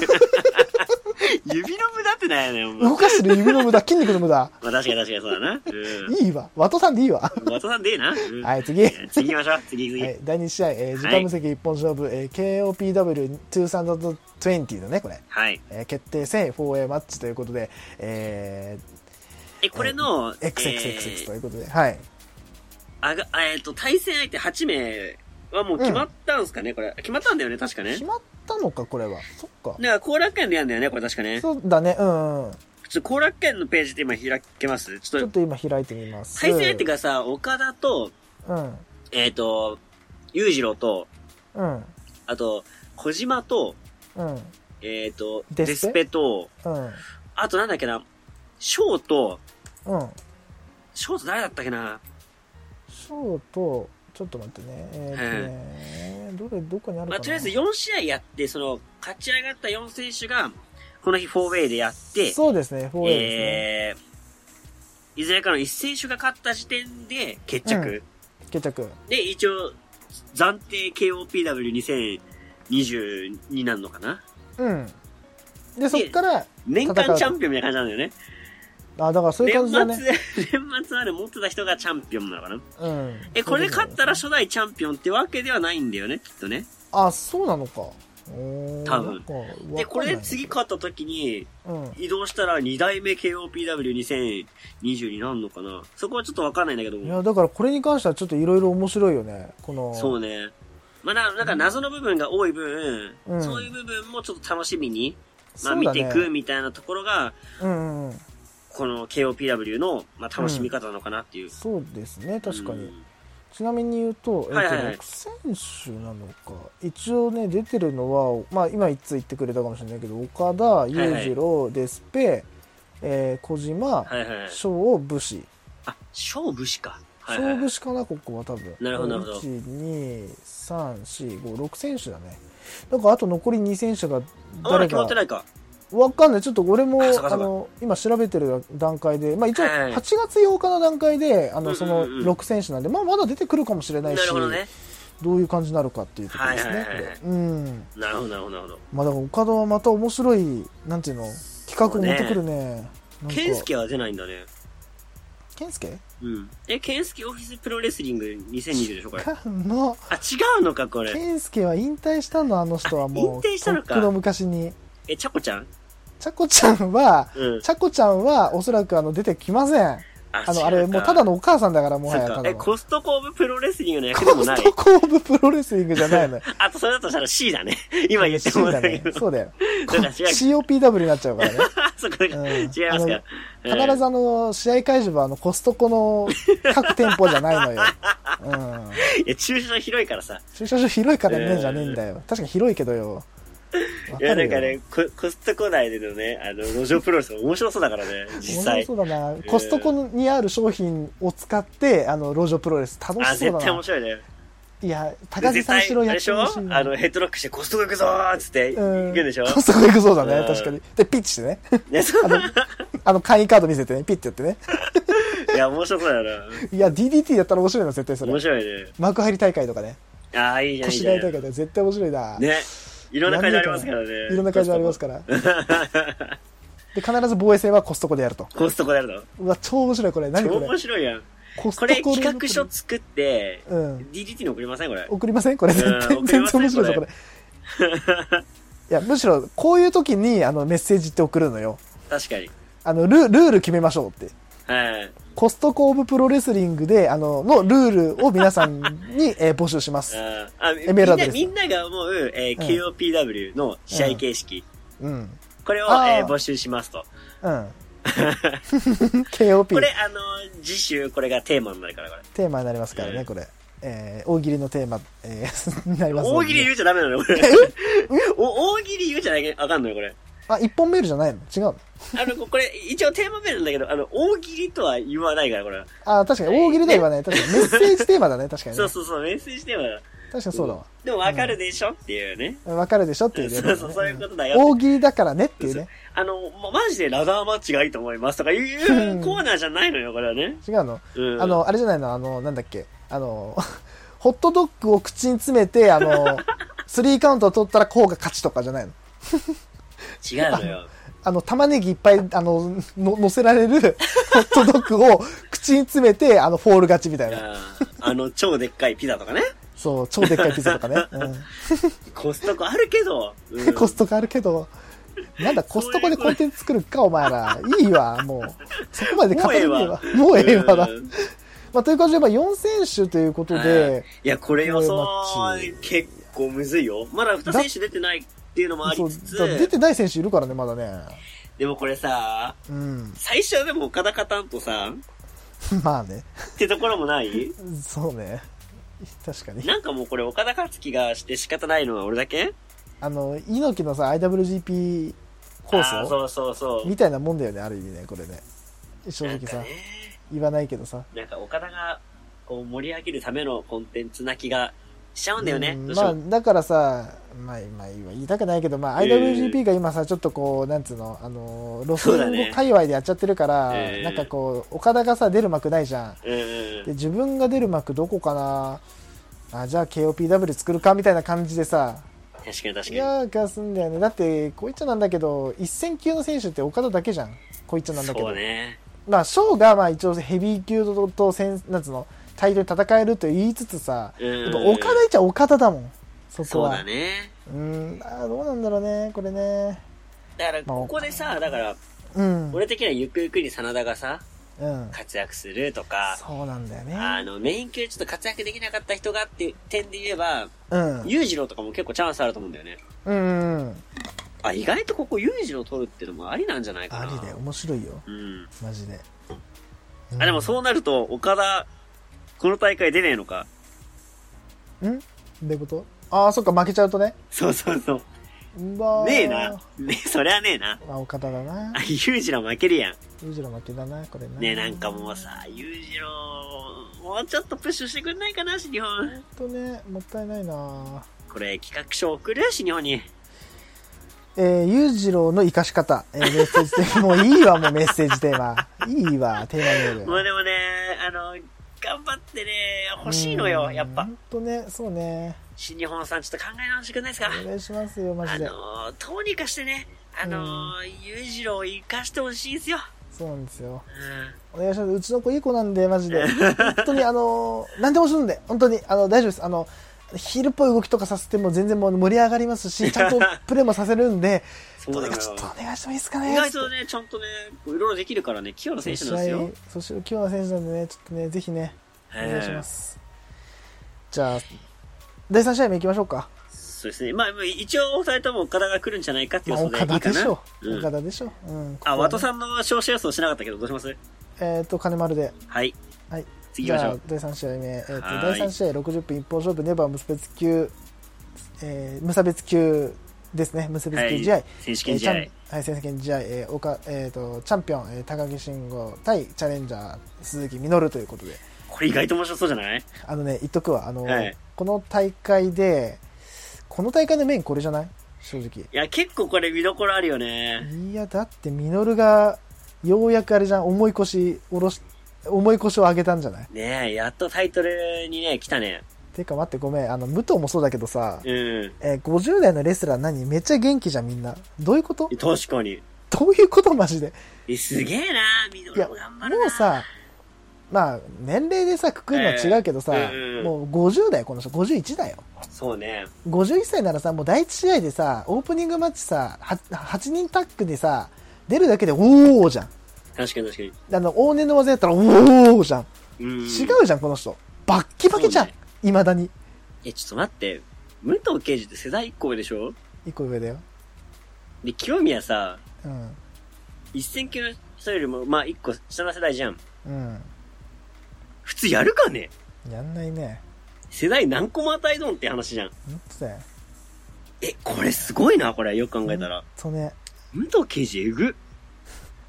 Speaker 2: 指の無駄ってなんやねん、お前。ま
Speaker 3: 動かしてる指の無駄、筋肉の無駄。
Speaker 2: あ確かに確かにそうだな。う
Speaker 3: いいわ。ワトさんでいいわ。
Speaker 2: ん。ワトさんでいいな。うん
Speaker 3: はい、次。
Speaker 2: 次行きましょう。次次。
Speaker 3: はい、第2試合、えー、時間無責一本勝負、えー、KOPW2020 だね、これ。
Speaker 2: はい。
Speaker 3: えー決定戦 4A マッチということで、え
Speaker 2: え、これの、
Speaker 3: ー、XXX ということで、はい。
Speaker 2: あが、えっ、と、対戦相手8名はもう決まったんすかね、これ。決まったんだよね、確かね。
Speaker 3: 決まったのか、これは。そっか。
Speaker 2: だから、後楽園でやんだよね、これ確かね。ちょ
Speaker 3: そうだね、うんうん。
Speaker 2: っと後楽園のページで今開けますち
Speaker 3: ち
Speaker 2: ょっ
Speaker 3: ょっ
Speaker 2: と、
Speaker 3: と今開いてみます。
Speaker 2: 対戦相手がさ、岡田と、
Speaker 3: うん。
Speaker 2: えっ、と、裕次郎と、
Speaker 3: うん。
Speaker 2: あと、小島と、
Speaker 3: うん。
Speaker 2: えっ、と、
Speaker 3: デ
Speaker 2: デ
Speaker 3: スペ
Speaker 2: スペと、
Speaker 3: うん。
Speaker 2: あとなんだっけな、ショーと、
Speaker 3: うん。
Speaker 2: ショーと誰だったっけな
Speaker 3: そうと、ちょっと待ってね。えーとね、どれ、どこにあるか
Speaker 2: ま
Speaker 3: な
Speaker 2: あ、とりあえず4試合やって、その、勝ち上がった4選手が、この日 4way でやって、
Speaker 3: そうですね、4A ですね。
Speaker 2: えー、いずれかの1選手が勝った時点で決着。
Speaker 3: 決着。
Speaker 2: で、一応、暫定 KOPW2020 になるのかな
Speaker 3: うん。で、そっから、
Speaker 2: 年
Speaker 3: 戦
Speaker 2: 間
Speaker 3: う
Speaker 2: チャンピオンみたいな感じなんだよね。
Speaker 3: あ、だからそういう感
Speaker 2: 年
Speaker 3: じ
Speaker 2: 末
Speaker 3: だね。、
Speaker 2: 年末まで持ってた人がチャンピオンなのかな
Speaker 3: うん。
Speaker 2: え、これで勝ったら
Speaker 3: そう
Speaker 2: 初代チャンピオンってわけではないんだよね、きっとね。
Speaker 3: いうことだねあ、そうなのか。うーん
Speaker 2: 多分。
Speaker 3: なん
Speaker 2: で、
Speaker 3: か
Speaker 2: これで次。勝った時に、
Speaker 3: わかんない
Speaker 2: 移動したら2代目 KOPW2020 になるのかなそこはちょっとわかんないんだけど
Speaker 3: うん。いや、だからこれに関してはちょっといろいろ面白いよね。この。
Speaker 2: そうね。まあ、ななんか謎の部分が多い分、
Speaker 3: うん
Speaker 2: そういう部分もちょっと楽しみに、まあ、
Speaker 3: そう
Speaker 2: 見
Speaker 3: だ
Speaker 2: て
Speaker 3: ね
Speaker 2: いくみたいなところが、
Speaker 3: うんうんうん。
Speaker 2: この KOPW の、まあ、楽しみ方なのかなっていう。
Speaker 3: そうですね、確かに。
Speaker 2: うん
Speaker 3: ちなみに言うと、えっと
Speaker 2: はいはいはい
Speaker 3: 6選手なのか、一応ね、出てるのは、まあ、今、いつ言ってくれたかもしれないけど、岡田、
Speaker 2: いはい
Speaker 3: 裕次郎、デスペ、えー小島、
Speaker 2: はいはいはい。
Speaker 3: 翔、武士。
Speaker 2: あ、勝負しか。はいはいはい
Speaker 3: 勝負師かな、ここは多分。
Speaker 2: なるほどなるほど
Speaker 3: 1、2、3、4、5、6選手だね。なんか、あと残り2選手
Speaker 2: あ、
Speaker 3: が
Speaker 2: まだ
Speaker 3: 誰
Speaker 2: 決まって
Speaker 3: か、
Speaker 2: ないか。
Speaker 3: わかんない。ちょっと俺も、
Speaker 2: あそうか
Speaker 3: あ
Speaker 2: そうか
Speaker 3: の、今調べてる段階で、まあ、一応、
Speaker 2: はいはい
Speaker 3: 8月8日の段階で、あ
Speaker 2: うんうんう
Speaker 3: の、
Speaker 2: ん
Speaker 3: その6選手なんで、まあ、まだ出てくるかもしれな
Speaker 2: ないる
Speaker 3: し、
Speaker 2: ほどね。
Speaker 3: どういう感じになるかっていうところですね。
Speaker 2: はいはいはいはい
Speaker 3: これうん。
Speaker 2: なるほど、なるほど、なるほど。
Speaker 3: まあだから岡田はまた面白い、なんていうの、企画を持ってくるね。なんか
Speaker 2: ケンスケは出ないんだね。
Speaker 3: ケンスケ
Speaker 2: うん。え、ケンスケオフィスプロレスリング2020でしょ、これ。あ、
Speaker 3: かの、
Speaker 2: 違うのか、これ。
Speaker 3: ケンスケは引退したの、あの人はもう。
Speaker 2: あ引退したのか
Speaker 3: とっくの昔に。
Speaker 2: え、チャコちゃん
Speaker 3: チャコちゃんは、
Speaker 2: うん。
Speaker 3: チャコちゃんはおそらくあの出てきません。
Speaker 2: あ
Speaker 3: あ
Speaker 2: 違
Speaker 3: の、
Speaker 2: か
Speaker 3: あれ、もうただのお母さんだから、もは
Speaker 2: そ
Speaker 3: や
Speaker 2: ったか。
Speaker 3: だ
Speaker 2: え、
Speaker 3: の。
Speaker 2: コストコーブプロレスリングの役でも
Speaker 3: コ
Speaker 2: な
Speaker 3: ス
Speaker 2: い
Speaker 3: ト。コーブプロレスリングじゃないのよ。
Speaker 2: あと、それだとしたら C だね。今言ってもら
Speaker 3: だ
Speaker 2: ったけ
Speaker 3: ね
Speaker 2: ど。。
Speaker 3: そうだよ。
Speaker 2: だから違う
Speaker 3: COPW になっちゃうからね。
Speaker 2: あ、そこだけ違い
Speaker 3: うん
Speaker 2: ますか。
Speaker 3: 必ずあの、試合会場はあの、コストコの各店舗じゃないのよ。うん。
Speaker 2: うんいや、駐車場広いからさ。
Speaker 3: 駐車場広いからね
Speaker 2: う、ん
Speaker 3: じゃねえんだよ。確かに広いけどよ。わ
Speaker 2: いや、なん
Speaker 3: よ
Speaker 2: かね、ココストコ内でのね、あの、路上プロレス面白そうだからね、実際。
Speaker 3: そうだな。コストコにある商品を使って、あの、路上プロレス楽
Speaker 2: あ、
Speaker 3: しそ
Speaker 2: 絶対
Speaker 3: うだ
Speaker 2: 面
Speaker 3: な。
Speaker 2: 白いね。
Speaker 3: いや、高木さんしろ
Speaker 2: あ
Speaker 3: や
Speaker 2: れ
Speaker 3: っ
Speaker 2: でしてょ
Speaker 3: ほ
Speaker 2: あ
Speaker 3: しいな。
Speaker 2: の、ヘッドロックしてコストコ行くぞーっつって
Speaker 3: うん
Speaker 2: 行くでしょ
Speaker 3: コストコ行くそうだ
Speaker 2: う
Speaker 3: ね、
Speaker 2: ん
Speaker 3: 確かに。で、ピッチしてね。
Speaker 2: ねそう
Speaker 3: あの、会員カード見せてね、ピッてやってね。
Speaker 2: いや、面白そうだよ
Speaker 3: いや、DDT やったら面白いな、絶対そ
Speaker 2: な。面
Speaker 3: れ。
Speaker 2: 白いね。
Speaker 3: 幕張大会とかね。
Speaker 2: ああ、いいじゃん、いい
Speaker 3: 腰
Speaker 2: じゃ
Speaker 3: 大大会
Speaker 2: ん。
Speaker 3: とか絶対面白いな。
Speaker 2: ね。いろんな会場ありますからね。
Speaker 3: いろんな会場ありますから。で、必ず防衛戦はコストコでやると。
Speaker 2: コストコであるの。
Speaker 3: うわ、超面白い、これ。何
Speaker 2: 超
Speaker 3: こ
Speaker 2: 面
Speaker 3: れ。
Speaker 2: 白いやん。
Speaker 3: コス
Speaker 2: こ
Speaker 3: ト
Speaker 2: れ
Speaker 3: コ
Speaker 2: 企画書作って、
Speaker 3: うん。
Speaker 2: DDT に送りませんこれ。
Speaker 3: 送りませんこれ。
Speaker 2: うん
Speaker 3: 絶
Speaker 2: 送
Speaker 3: 対、
Speaker 2: り
Speaker 3: 全
Speaker 2: ませ
Speaker 3: 然
Speaker 2: ん
Speaker 3: 面白いぞ、こ
Speaker 2: こ
Speaker 3: れ
Speaker 2: れ。
Speaker 3: いや、むしろ、こういう時に、あの、メッセージって送るのよ。
Speaker 2: 確かに。
Speaker 3: あの、ルルール決めましょうって。
Speaker 2: はい。
Speaker 3: コストコオブプロレスリングで、あの、のルールを皆さん に、えー募集します。
Speaker 2: あーあみ
Speaker 3: エメラルドです
Speaker 2: みんなみんなが思う、えー KOPW の試合形式。
Speaker 3: うん。
Speaker 2: これを、
Speaker 3: あー
Speaker 2: えー募集しますと。
Speaker 3: うん。KOP
Speaker 2: これ、あのー次週これがテーマになるから、これ。
Speaker 3: テーマになりますからね、これ。えー大喜利のテーマ、え ーになりますので
Speaker 2: 大喜利言うじゃダメなのよ、これ。お大喜利言うじゃないあかんのよ、これ。
Speaker 3: あ、一本メールじゃないの違うの
Speaker 2: あの、ここれ、一応テーマメールなんだけど、あの、大喜利とは言わないから、これ。
Speaker 3: あ、確かに大喜利では言わない。確かにメッセージテーマだね、確かに、ね。
Speaker 2: そうそうそう、メッセージテーマだ。
Speaker 3: 確かにそうだわ。
Speaker 2: でもわかるでしょ、っていうね。
Speaker 3: わかるでしょっていうね。
Speaker 2: そうそう、そういうことだよ。
Speaker 3: 大喜利だからねっていうね。
Speaker 2: あの、ま、マジでラダーマッチがいいと思いますとかいうコーナーじゃないのよ、これはね。
Speaker 3: 違うの、
Speaker 2: うん
Speaker 3: あの、あれじゃないのあの、なんだっけあの、 ホットドッグを口に詰めて、あ の、スリーカウントを取ったらこうが勝ちとかじゃないの
Speaker 2: 違うの よ。
Speaker 3: あの、玉ねぎいっぱい、あの、の、乗せられる ホットドッグを口に詰めて、あの、フォール勝ちみたいな。
Speaker 2: あーあの、超でっかいピザとかね。
Speaker 3: そう、超でっかいピザとか ね。
Speaker 2: コストコあるけど。う
Speaker 3: うんん、コストコあるけど、なんだ、コストコでコンテンツ作るか、お前ら。いいわ、もう。そこまで語りねえわ。もうええわな。
Speaker 2: うん
Speaker 3: まあ、という感じで、まあ、4選手ということ
Speaker 2: はい
Speaker 3: で、
Speaker 2: いや、これ予想
Speaker 3: マッチ、
Speaker 2: 結構むずいよ。まだ2選手出てないっていうのもあり
Speaker 3: そう
Speaker 2: つ
Speaker 3: だ出て
Speaker 2: つ、
Speaker 3: ない選手いるからね、まだね。
Speaker 2: でもこれさ、
Speaker 3: うん。
Speaker 2: 最初はでも岡田カタンとさ、
Speaker 3: まあね。
Speaker 2: ってところもない
Speaker 3: そうね。確かに。
Speaker 2: なんかもうこれ岡田克樹がして仕方ないのは俺だけ
Speaker 3: あの、猪木のさ、IWGP 放
Speaker 2: あー
Speaker 3: 送
Speaker 2: そうそうそう。
Speaker 3: みたいなもんだよね、ある意味ね、これね。正
Speaker 2: な
Speaker 3: 直
Speaker 2: んか
Speaker 3: さ、
Speaker 2: ね、
Speaker 3: 言わないけどさ。
Speaker 2: なんか岡田がこう盛り上げるためのコンテンツな気がしちゃうんだよね。
Speaker 3: うん
Speaker 2: どうし
Speaker 3: ま
Speaker 2: よ
Speaker 3: あ、
Speaker 2: う。
Speaker 3: だからさ、まあ、まあ、言いたくないけど、まあ、
Speaker 2: ええ
Speaker 3: IWGP が今さ、ちょっとこう、なんつうの、あの、ロス
Speaker 2: そう
Speaker 3: リ
Speaker 2: だ
Speaker 3: ン
Speaker 2: ね
Speaker 3: グ界隈でやっちゃってるから、
Speaker 2: ええ
Speaker 3: なんかこう、岡田がさ、出る幕ないじゃん。
Speaker 2: うんうん
Speaker 3: で自分が出る幕どこかなあじゃあ KOPW 作るかみたいな感じでさ
Speaker 2: 確かに確
Speaker 3: い
Speaker 2: かに。
Speaker 3: やーがすんだよねだってこいつなんだけど一戦級の選手って岡田だけじゃんこいつなんだけ
Speaker 2: そ
Speaker 3: ど、
Speaker 2: うね。
Speaker 3: まあショーがまあ一応ヘビー級ととせんなんつうのタイトルに戦えると言いつつさ
Speaker 2: うんうん
Speaker 3: やっぱ岡田いっちゃ岡田だもんそこ
Speaker 2: そう
Speaker 3: は
Speaker 2: だね。
Speaker 3: うんあーどうなんだろうねこれね
Speaker 2: だから、ここでさ、だから、
Speaker 3: うん
Speaker 2: 俺的にはゆくゆくに真田がさ、
Speaker 3: うん
Speaker 2: 活躍するとか、
Speaker 3: そうなんだよ
Speaker 2: あ
Speaker 3: ね
Speaker 2: の、メイン級でちょっと活躍できなかった人がっていう点で言えば、
Speaker 3: うん
Speaker 2: 裕次郎とかも結構チャンスあると思うんだよね。
Speaker 3: うんうん
Speaker 2: あ、意外とここ裕次郎取るってのもありなんじゃないかな。
Speaker 3: ありだよ面白いよ
Speaker 2: うん。
Speaker 3: マジで
Speaker 2: あ、でもそうなると、岡田、この大会出ねえのか。
Speaker 3: んどういうことああ、そっか、負けちゃうとね。
Speaker 2: そうそうそう。
Speaker 3: うわー
Speaker 2: ねえな。ねそりゃねえな。
Speaker 3: まあ、岡田だな
Speaker 2: あ。、裕次郎負けるやん。
Speaker 3: 裕次郎負けだな、これな。
Speaker 2: ねえ、なんかもう。さ、裕次郎、もうちょっとプッシュしてくんないかな、新日本。
Speaker 3: ほんとね、もったいないな。
Speaker 2: これ、企画書送る新日本に。
Speaker 3: えー、裕次郎の生かし方。えー、メッセージテーマ。 もういいわ、もうメッセージテーマ。いいわ、テーマメール。
Speaker 2: もうでもね、あの、頑張ってね、欲しいのよ、やっぱ
Speaker 3: ほ。んとね、そうね。
Speaker 2: 新日本さん、ちょっと考え直してくんないですか
Speaker 3: お願いしますよ、マ
Speaker 2: あ
Speaker 3: ジで。
Speaker 2: の、どうにかしてね、あの、裕次郎を生かしてほしいですよ。
Speaker 3: そうなんですよ。
Speaker 2: うん。
Speaker 3: お願いします。うちの子いい子なんで、マジで。本当に、あの、何でもするんで、本当に、あの、大丈夫です。あの、ヒールっぽい動きとかさせても全然もう盛り上がります し、ちゃんとプレーもさせるんで、
Speaker 2: そう
Speaker 3: どう
Speaker 2: だ
Speaker 3: に
Speaker 2: よ
Speaker 3: かちょっとお願いしてもいいですかね。
Speaker 2: 意外とね、ちゃんとね、いろいろできるからね、清野選手なんです
Speaker 3: 試合
Speaker 2: よ。、
Speaker 3: そして清野選手なんでね、ちょっとね、ぜひね、お願いします。じゃあ、第3試合目行きましょうか。
Speaker 2: そうですね。まあ、一応、お二人とも岡田が来るんじゃないかってい
Speaker 3: ま
Speaker 2: う
Speaker 3: あ、
Speaker 2: 予想でい
Speaker 3: 岡
Speaker 2: い
Speaker 3: 田
Speaker 2: か
Speaker 3: でし
Speaker 2: な
Speaker 3: ょ。。
Speaker 2: うん
Speaker 3: 岡田でしょ。うん。
Speaker 2: あ、和田
Speaker 3: ん。
Speaker 2: さんの勝者予想しなかったけど、どうします
Speaker 3: えっと、金丸で。
Speaker 2: はい。
Speaker 3: はい。
Speaker 2: 次
Speaker 3: じ
Speaker 2: 行きまし
Speaker 3: ゃ
Speaker 2: ょ
Speaker 3: あ
Speaker 2: う。、
Speaker 3: 第3試合目。えっと、
Speaker 2: はー
Speaker 3: 第
Speaker 2: い
Speaker 3: 3試合60分一本勝負、ネバー無差別級、えー無差別級ですね。無差別級試合。
Speaker 2: はい選手権試合
Speaker 3: えーチャンはい、選手権試合、えーおかえーと、チャンピオン、えー高木慎吾対チャレンジャー、鈴木みのるということで。
Speaker 2: これ意外と面白そうじゃない
Speaker 3: あのね、言っとくわ。あの、
Speaker 2: はい
Speaker 3: この大会で、この大会のメインこれじゃない正直。
Speaker 2: いや、結構これ見どころあるよね。
Speaker 3: いや、だって、ミノルが、ようやくあれじゃん、重い腰、おろし、重い腰を上げたんじゃない
Speaker 2: ねえ、やっとタイトルにね、来たね。
Speaker 3: てか、待って、ごめん。あの、武藤もそうだけどさ、
Speaker 2: うん。
Speaker 3: えー50代のレスラー何めっちゃ元気じゃん、みんな。どういうこと
Speaker 2: 確かに。
Speaker 3: どういうことマジで。
Speaker 2: えすげえなミド
Speaker 3: いや、
Speaker 2: ル
Speaker 3: も
Speaker 2: も頑張るな
Speaker 3: う、さ、まあ、年齢でさ、くくるのは違うけどさ、
Speaker 2: えーうん
Speaker 3: もう50だよ、この人。51だよ。
Speaker 2: そうね。
Speaker 3: 51歳ならさ、もう第一試合でさ、オープニングマッチさ、は 8, 人タッグでさ、出るだけで、おーじゃん。
Speaker 2: 確かに確かに。
Speaker 3: あの、往年の技やったら、おーじゃん。
Speaker 2: うん。
Speaker 3: 違うじゃん、この人。バッキバキじゃん
Speaker 2: そうね。
Speaker 3: いま、だに。
Speaker 2: え、ちょっと待って。武藤刑事って世代一個上でしょ
Speaker 3: 一個上だよ。
Speaker 2: で、清宮さ、
Speaker 3: うん。
Speaker 2: 一戦級の人よりも、まあ、一個下の世代じゃん。
Speaker 3: うん。
Speaker 2: 普通やるかね
Speaker 3: やんないね。
Speaker 2: 世代何個も与えどんって話じゃん。
Speaker 3: ほんとだよ。
Speaker 2: え、これすごいな、これ。よく考えたら。
Speaker 3: そうね。
Speaker 2: 武藤刑事えぐ。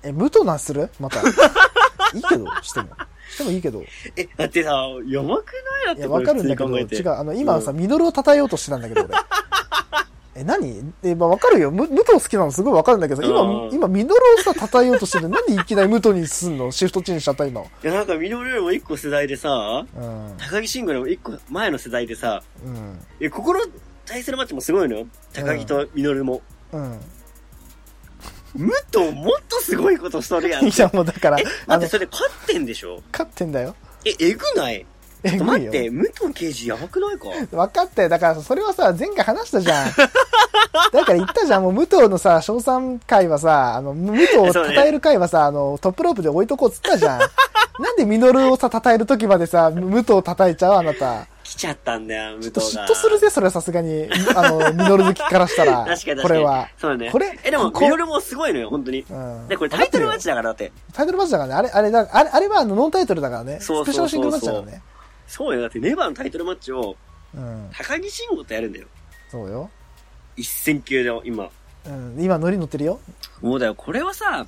Speaker 3: え、武藤なんする また。いいけど、しても。してもいいけど。い
Speaker 2: え、だってさ、やばくないだって
Speaker 3: や、
Speaker 2: こ
Speaker 3: わ
Speaker 2: れ
Speaker 3: かるんだけ
Speaker 2: 普
Speaker 3: ど、
Speaker 2: 通に考えて
Speaker 3: 違う。あの、今はさ、
Speaker 2: うん
Speaker 3: ミノルを叩えようとしてたんだけど、俺。 え、何え、まあ、わかるよ。む武藤好きなのすごいわかるんだけど、今
Speaker 2: う、ん
Speaker 3: 今、ミノルをさ、叩えようとしてる。何いきなり武藤にすんのシフトチェンジしちゃった、今。
Speaker 2: いや、なんか、ミノルよりも一個世代でさ、
Speaker 3: うん。
Speaker 2: 高木慎吾よりも一個前の世代でさ、
Speaker 3: うん。
Speaker 2: え、ここの対戦のマッチもすごいのよ。高木とミノルも。
Speaker 3: うん。
Speaker 2: 武藤もっとすごいことしとるやん。
Speaker 3: いや、もうだから
Speaker 2: え、、
Speaker 3: あ
Speaker 2: 待っ
Speaker 3: の
Speaker 2: て、、それで勝ってんでしょ
Speaker 3: 勝ってんだよ。
Speaker 2: え、えぐない
Speaker 3: え
Speaker 2: ちょっと
Speaker 3: ぐい
Speaker 2: 待っ
Speaker 3: よ
Speaker 2: て、武藤刑事やばくないか
Speaker 3: 分かったよ。だから、それはさ、前回話した じゃん。だから言ったじゃん。もう、武藤のさ、賞賛会はさ、あの、武藤を
Speaker 2: そうね
Speaker 3: 称える会はさ、あの、トップロープで置いとこうっつった じゃん。なんでミノルをさ、称える時までさ、武藤を叩いちゃうあなた。
Speaker 2: 来ちゃったんだよ、武
Speaker 3: ちょっと
Speaker 2: 藤
Speaker 3: 嫉
Speaker 2: が。
Speaker 3: 妬するぜ、それはさすがに。あの、ミノル好きからしたら。
Speaker 2: 確かに確かに。
Speaker 3: これは。
Speaker 2: そうだね。
Speaker 3: これ、
Speaker 2: え、でも、
Speaker 3: こ
Speaker 2: ミノルもすごいのよ、本当に。
Speaker 3: うん
Speaker 2: で、これタイトルマッチだから、だって。
Speaker 3: タイトルマッチだからね。あれ、あれだ、あれ、あれはあの、ノンタイトルだから
Speaker 2: そ
Speaker 3: ね。
Speaker 2: うそうそうそう
Speaker 3: スペシャルシングルマッチだからね。
Speaker 2: そうよ、だってネバーのタイトルマッチを
Speaker 3: うん。
Speaker 2: 高木慎吾とやるんだよ。
Speaker 3: そうよ。
Speaker 2: 一戦級で今。
Speaker 3: うん、今、ノリ乗ってるよ。
Speaker 2: もうだよ、これはさ、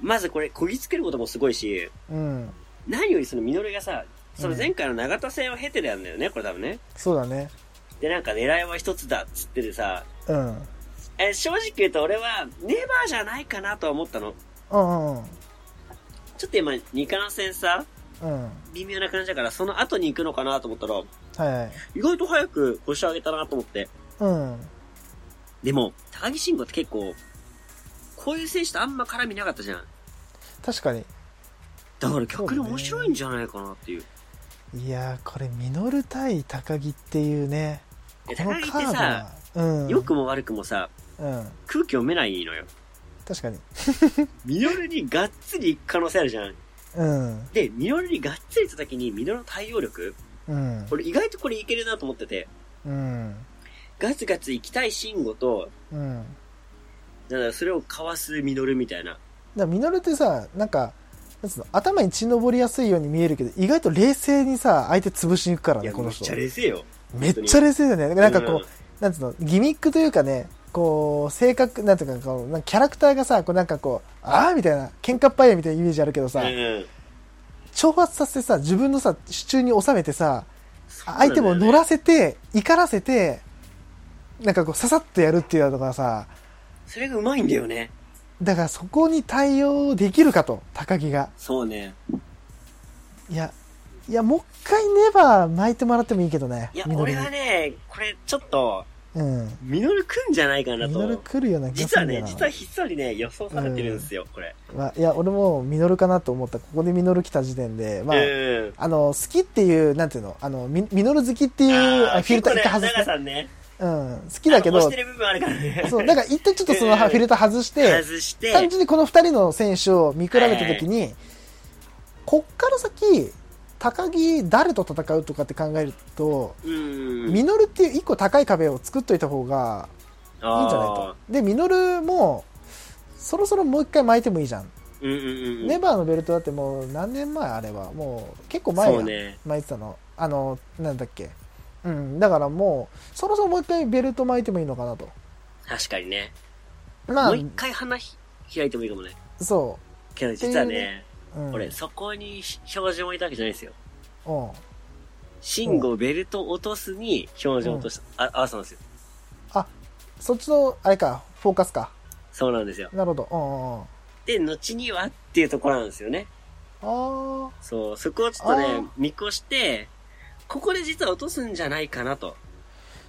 Speaker 2: まずこれ、こぎつけることもすごいし、
Speaker 3: うん。
Speaker 2: 何よりそのミノルがさ、その
Speaker 3: うん
Speaker 2: 前回の永田戦を経てなんだよね、これ多分ね。
Speaker 3: そうだね。
Speaker 2: で、なんか狙いは一つだっつっててさ、
Speaker 3: うん。うん
Speaker 2: え、正直言うと俺は、ネバーじゃないかなとは思ったの。
Speaker 3: うんうん。
Speaker 2: ちょっと今、二冠戦さ、
Speaker 3: うん。は
Speaker 2: 微妙な感じだから、その後に行くのかなと思ったら、
Speaker 3: いはい。
Speaker 2: 意外と早く腰上げたなと思って。
Speaker 3: うん。
Speaker 2: でも、高木慎吾って結構、こういう選手とあんま絡みなかったじゃん。
Speaker 3: 確かに。
Speaker 2: だから逆に面白いんじゃないかなっていう。
Speaker 3: いやー、これ、ミノル対高木っていうね。
Speaker 2: で
Speaker 3: この
Speaker 2: 高木って
Speaker 3: カード
Speaker 2: さ
Speaker 3: は、うん。
Speaker 2: 良くも悪くもさ、
Speaker 3: うん。
Speaker 2: 空気読めないのよ。
Speaker 3: 確かに。
Speaker 2: ミノルにがっつり行く可能性あるじゃん。
Speaker 3: うん。
Speaker 2: で、ミノルにがっつり行った時にミノルの対応力、
Speaker 3: うん。
Speaker 2: 俺意外とこれいけるなと思ってて、
Speaker 3: うん。
Speaker 2: ガツガツ行きたい慎吾と、
Speaker 3: うん。
Speaker 2: だからそれをかわすミノルみたいな。
Speaker 3: だからミノルってさなんかなんつうの頭に血上りやすいように見えるけど意外と冷静にさ相手潰しに行くから
Speaker 2: い
Speaker 3: ね
Speaker 2: や、
Speaker 3: こ
Speaker 2: め
Speaker 3: の
Speaker 2: っ
Speaker 3: 人
Speaker 2: ちゃ冷静よ。
Speaker 3: めっちゃ冷静だよねなんかこう、
Speaker 2: うん
Speaker 3: なんつうのギミックというかねこう性格なんていうかこうなんかキャラクターがさこうなんかこうああみたいな喧嘩っ早いみたいなイメージあるけどさ、
Speaker 2: うん
Speaker 3: 挑発させてさ自分のさ手中に収めてさ
Speaker 2: そうなんだよ
Speaker 3: 相
Speaker 2: ね
Speaker 3: 手も乗らせて怒らせてなんかこうささっとやるっていうのがさ
Speaker 2: それがうまいんだよね。
Speaker 3: だからそこに対応できるかと高木が
Speaker 2: そうね。
Speaker 3: いや、いや、もう一回ネバー巻いてもらってもいいけどね。
Speaker 2: いや、
Speaker 3: ミノ
Speaker 2: 俺
Speaker 3: ルに
Speaker 2: はね、これちょっと、
Speaker 3: うん。
Speaker 2: ミノル来んじゃないかな
Speaker 3: ミ
Speaker 2: と
Speaker 3: ノル。来るような気が
Speaker 2: 実
Speaker 3: する
Speaker 2: は
Speaker 3: んだよ
Speaker 2: ね、
Speaker 3: な。
Speaker 2: 実はひっそりね、予想されてるんですよ、これ。
Speaker 3: まあいや、俺もミノルかなと思った。ここでミノル来た時点で、まあ、
Speaker 2: うん。
Speaker 3: あの、好きっていう、なんていうの、あの、ミミノル好きっていう
Speaker 2: あ
Speaker 3: あフィルター一
Speaker 2: 結構ね、
Speaker 3: 回外
Speaker 2: 長
Speaker 3: して。
Speaker 2: さんね。
Speaker 3: うん。好きだけ
Speaker 2: あの
Speaker 3: ど
Speaker 2: 押し、てる部分あるからね。
Speaker 3: そう、だから一旦ちょっとその
Speaker 2: うん
Speaker 3: フィルター外して、
Speaker 2: 外して、
Speaker 3: 単純にこの二人の選手を見比べた時に、こっから先、高木誰と戦うとかって考えると、
Speaker 2: うん。
Speaker 3: ミノルっていう一個高い壁を作っといた方がいいんじゃない
Speaker 2: あ
Speaker 3: と。で、ミノルも、そろそろもう一回巻いてもいいじゃん。
Speaker 2: ーうんうんうん。
Speaker 3: ネバーのベルトだってもう何年前あれは、もう結構前
Speaker 2: そう
Speaker 3: や、
Speaker 2: ね。
Speaker 3: 巻いてたの。あの、なんだっけ。うん、だからもう、そろそろもう一回ベルト巻いてもいいのかなと。
Speaker 2: 確かにね。
Speaker 3: ま
Speaker 2: も
Speaker 3: あ
Speaker 2: う、一回花ひ開いてもいいかもね。
Speaker 3: そ
Speaker 2: けど実は
Speaker 3: っていう
Speaker 2: ね、
Speaker 3: う。うん、
Speaker 2: 俺、そこに表情を置いたわけじゃないですよ。
Speaker 3: うん。
Speaker 2: 信号ベルト落とすに表情を落とした、あ、合わせたんですよ。
Speaker 3: そっちの、あれか、フォーカスか。
Speaker 2: そうなんですよ。
Speaker 3: なるほど。うん
Speaker 2: で、後にはっていうところなんですよね。
Speaker 3: うんうん。あ
Speaker 2: そう、そこをちょっと
Speaker 3: あ
Speaker 2: ね
Speaker 3: ー、
Speaker 2: 見越して、ここで実は落とすんじゃないかなと、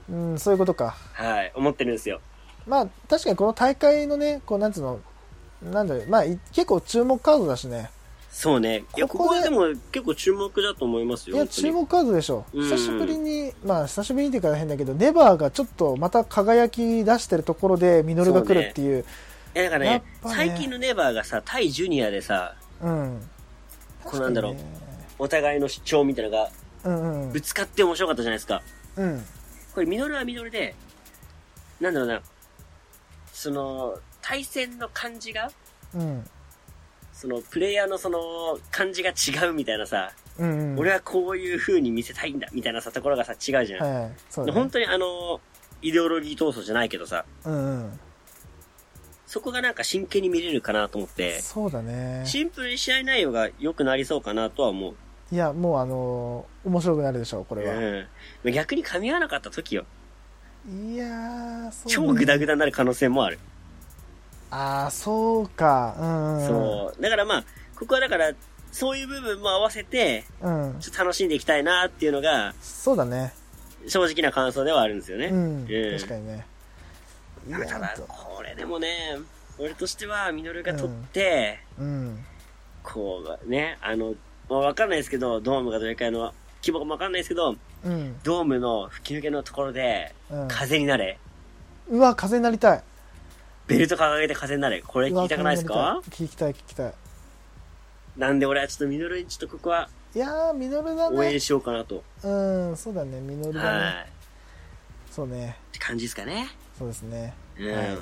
Speaker 3: あ、うん、そういうことか。
Speaker 2: はい、思ってるんですよ。
Speaker 3: まあ、確かにこの大会のね、こう、なんつうの、なんだろう、まあ、い結構注目カードだしね。
Speaker 2: そうね。いや、こ
Speaker 3: こ
Speaker 2: こ
Speaker 3: こ
Speaker 2: はで
Speaker 3: で
Speaker 2: も結構注目だと思いますよ。
Speaker 3: いや、
Speaker 2: 本当に
Speaker 3: 注目カードでしょ。
Speaker 2: うん
Speaker 3: 久しぶりに、まあ、久しぶりにって言うから変だけど、ネバーがちょっとまた輝き出してるところで、ミノルが来るっていう。
Speaker 2: え、だから
Speaker 3: や
Speaker 2: ね
Speaker 3: っぱね
Speaker 2: 最近のネバーがさ、対ジュニアでさ、
Speaker 3: うん。
Speaker 2: こうなんだろう
Speaker 3: 確か
Speaker 2: お互いの主張みたいなのが
Speaker 3: にね。うんうん
Speaker 2: ぶ。つかって面白かったじゃないですか。
Speaker 3: うん。
Speaker 2: これ、ミノルはミノルで、なんだろうな、その、対戦の感じが、
Speaker 3: うん。
Speaker 2: その、プレイヤーのその、感じが違うみたいなさ、
Speaker 3: うん。
Speaker 2: 俺
Speaker 3: は、
Speaker 2: はこういう風に見せたいんだ、みたいなさ、ところがさ、違うじゃん。
Speaker 3: はい。そうだ、ね。
Speaker 2: 本当にあの、イデオロギー闘争じゃないけどさ、
Speaker 3: うんうん。
Speaker 2: そこがなんか真剣に見れるかなと思って、
Speaker 3: そうだね。
Speaker 2: シンプルに試合内容が良くなりそうかなとは思う。
Speaker 3: いや、もうあのー面白くなるでしょう、これは。
Speaker 2: うん。逆に噛み合わなかった時よ。
Speaker 3: いやー、そう
Speaker 2: 超グダグダになる可能性もある。
Speaker 3: ああ、そうか。うんうん。
Speaker 2: そう。だからまあ、ここはだから、そういう部分も合わせて、
Speaker 3: う。うん。
Speaker 2: ちょっと楽しんでいきたいなっていうのが、
Speaker 3: そうだね。
Speaker 2: 正直な感想ではあるんですよね。
Speaker 3: うん。
Speaker 2: ええ
Speaker 3: 確かにね。い
Speaker 2: た
Speaker 3: や
Speaker 2: だただ
Speaker 3: ー、と
Speaker 2: これでもね、俺としては、ミノルが取って、
Speaker 3: うん。
Speaker 2: こう、ね、あの、まあ、わかんないですけど、ドームがどれくらいの、規模かもわかんないですけど、
Speaker 3: うん。
Speaker 2: ドームの吹き抜けのところで、
Speaker 3: うん
Speaker 2: 風になれ。
Speaker 3: うわ、風になりたい。
Speaker 2: ベルト掲げて風になれ。これ聞きたくないです
Speaker 3: うわ
Speaker 2: か
Speaker 3: 風になりたい聞きたい、聞きたい。
Speaker 2: なんで俺はちょっとミノルにちょっとここはい
Speaker 3: やー、ミノルだ
Speaker 2: 応援
Speaker 3: ね。
Speaker 2: しようかなと。
Speaker 3: うん、そうだね、ミノルだね。
Speaker 2: はい。
Speaker 3: そうね、
Speaker 2: って感じですかね。
Speaker 3: そうですね。
Speaker 2: うん。
Speaker 3: はい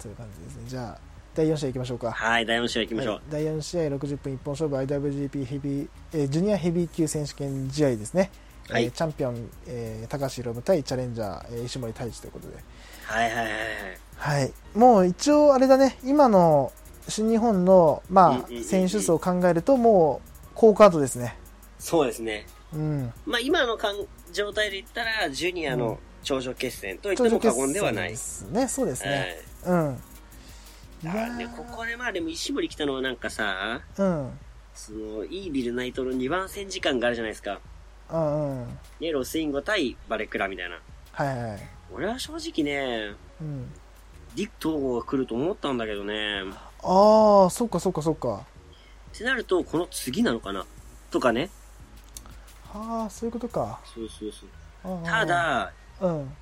Speaker 3: という感じですね。じゃあ、第4試合行きましょうか。
Speaker 2: はい、第4試合行きましょう。
Speaker 3: はい第4試合60分一本勝負 IWGP ヘビー、えージュニアヘビー級選手権試合ですね。
Speaker 2: はい
Speaker 3: えーチャンピオン、えー高橋宏夢対チャレンジャー、えー石森太一ということで、
Speaker 2: はいはいはいはい。
Speaker 3: はい、もう一応あれだね今の新日本の、
Speaker 2: うんう
Speaker 3: ま
Speaker 2: んうんうん
Speaker 3: あ、選手数を考えるともう好カードですね、
Speaker 2: そうですね。
Speaker 3: うん、
Speaker 2: まあ今のかん状態で言ったら、ジュニア
Speaker 3: うん
Speaker 2: の頂上決戦と言っても過言ではない
Speaker 3: で。すねそうですね、
Speaker 2: はい
Speaker 3: うんい
Speaker 2: だ
Speaker 3: や
Speaker 2: からね、ここでまあでも石森来たのはなんかさ、
Speaker 3: ーうん
Speaker 2: その、イービルナイトの2番戦時間があるじゃないですか。
Speaker 3: うんうん
Speaker 2: ね、ロスインゴ対バレクラみたいな。
Speaker 3: はいはい
Speaker 2: 俺は正直ね、
Speaker 3: うん、
Speaker 2: ディック統合が来ると思ったんだけどね。
Speaker 3: ああそっかそっかそっか
Speaker 2: ってなると、この次なのかなとかね。
Speaker 3: ああそういうことか
Speaker 2: そうそうそう。
Speaker 3: あー
Speaker 2: ただ、
Speaker 3: うん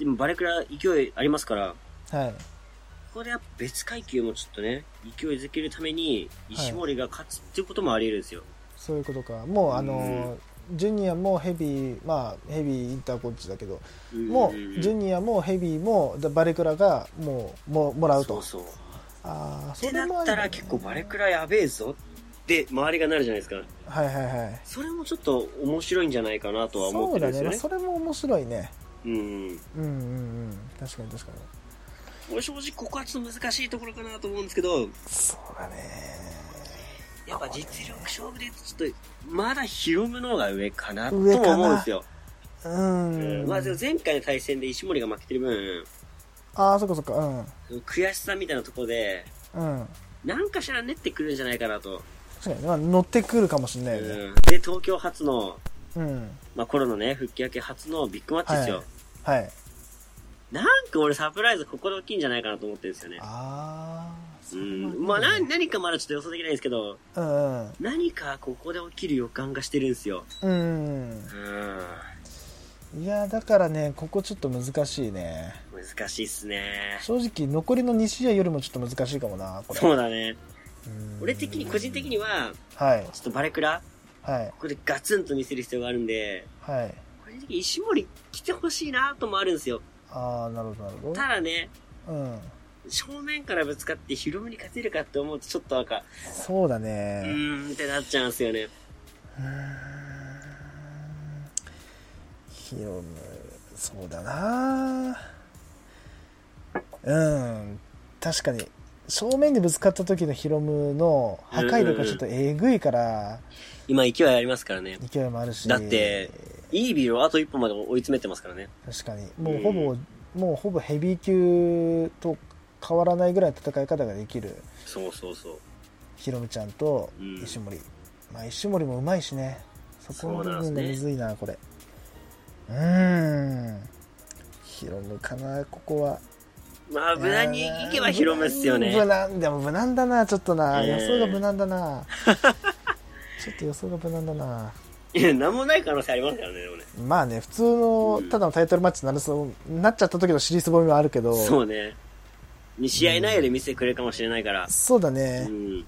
Speaker 2: 今バレクラ勢いありますから、
Speaker 3: はい
Speaker 2: ここでやっぱ別階級もちょっとね、勢いづけるために、石森が勝つっていうこともあり得るんですよ。
Speaker 3: そういうことかもうあのジュニアもヘビーまあヘビーインターコーチだけど
Speaker 2: ん
Speaker 3: もうジュニアもヘビーもだバレクラがもうももらう
Speaker 2: そ
Speaker 3: と
Speaker 2: うそう。っ
Speaker 3: ああそ
Speaker 2: て
Speaker 3: れ
Speaker 2: な
Speaker 3: もあ
Speaker 2: っ
Speaker 3: りだ
Speaker 2: た
Speaker 3: ね
Speaker 2: ら結構バレクラやべえぞって周りがなるじゃないですか。
Speaker 3: はいはいはい
Speaker 2: それもちょっと面白いんじゃないかなとは思っ
Speaker 3: そう
Speaker 2: てる
Speaker 3: だ
Speaker 2: んです
Speaker 3: ね、
Speaker 2: よ
Speaker 3: まあ
Speaker 2: ね。
Speaker 3: それも面白いね
Speaker 2: うんうん。
Speaker 3: うんうんうん確かに確かに
Speaker 2: 俺正直ここはちょっと難しいところかなと思うんですけど、
Speaker 3: そうだね
Speaker 2: やっぱ実力勝負でちょっと、まだヒロムの方が上かなとも思うんですよ。
Speaker 3: う
Speaker 2: うん
Speaker 3: ん
Speaker 2: まあでも前回の対戦で石森が負けてる分、
Speaker 3: ああそっかそっかうん
Speaker 2: 悔しさみたいなところで、
Speaker 3: うん
Speaker 2: なんかしら練ってくるんじゃないかなと。
Speaker 3: 確かに、まあ、乗ってくるかもしれな
Speaker 2: う
Speaker 3: いよね
Speaker 2: ん、で、東京初の、
Speaker 3: うん
Speaker 2: まあコロナね、復帰明け初のビッグマッチですよ。
Speaker 3: ははい
Speaker 2: なんか俺サプライズここで大きいんじゃないかなと思ってるんですよね。
Speaker 3: ああそうれ
Speaker 2: ん。
Speaker 3: も
Speaker 2: まあ
Speaker 3: いい
Speaker 2: な、
Speaker 3: ね
Speaker 2: 何かまだちょっと予想できないんですけど、
Speaker 3: うんうん
Speaker 2: 何かここで起きる予感がしてるんですよ。
Speaker 3: うん
Speaker 2: うん。
Speaker 3: いやだからねここちょっと難しいね
Speaker 2: 難しいっすね。
Speaker 3: 正直残りの2試合よりもちょっと難しいかもなこれ
Speaker 2: そうだね。
Speaker 3: うん
Speaker 2: 俺的に、個人的には、
Speaker 3: はい
Speaker 2: ちょっとバレクラ、
Speaker 3: はい
Speaker 2: ここでガツンと見せる必要があるんで、
Speaker 3: はい
Speaker 2: 個人的に石森来てほしいなともあるんですよ。
Speaker 3: ああなるほどなるほ
Speaker 2: ただね、
Speaker 3: どうん
Speaker 2: 正面からぶつかってヒロムに勝てるかって思うとちょっとなんか、
Speaker 3: そうだ
Speaker 2: う
Speaker 3: ね
Speaker 2: ーんってなっちゃうんですよね。
Speaker 3: ヒロムそうだなうん確かに正面でぶつかった時のヒロムの破壊力がちょっとえぐいから
Speaker 2: 今勢いありますからね。
Speaker 3: 勢いもあるし
Speaker 2: だって、イービルをあと一歩まで追い詰めてますからね。
Speaker 3: 確かにもうほぼ、もうほぼヘビー級と変わらないぐらいの戦い方ができる
Speaker 2: そうそうそう。
Speaker 3: ヒロムちゃんと
Speaker 2: うん
Speaker 3: 石森、まあ石森もうまいしねそこの部
Speaker 2: そう
Speaker 3: 分
Speaker 2: な
Speaker 3: が
Speaker 2: んで
Speaker 3: む
Speaker 2: す
Speaker 3: ずいなこれうーんヒロムかなここは
Speaker 2: まあ、無難に行けばヒロムっすよね。
Speaker 3: 無難でも無難だなちょっとな、
Speaker 2: えー
Speaker 3: 予想が無難だ なちょっと予想が無難だない
Speaker 2: や、なんもない可能性ありますからね、でもね。
Speaker 3: まあね普通のただのタイトルマッチになるそうなっちゃった時の尻すぼみはあるけど
Speaker 2: そうね。に試合内容で見せてくれるかもしれないから。
Speaker 3: そうだ
Speaker 2: う
Speaker 3: ね、
Speaker 2: ん。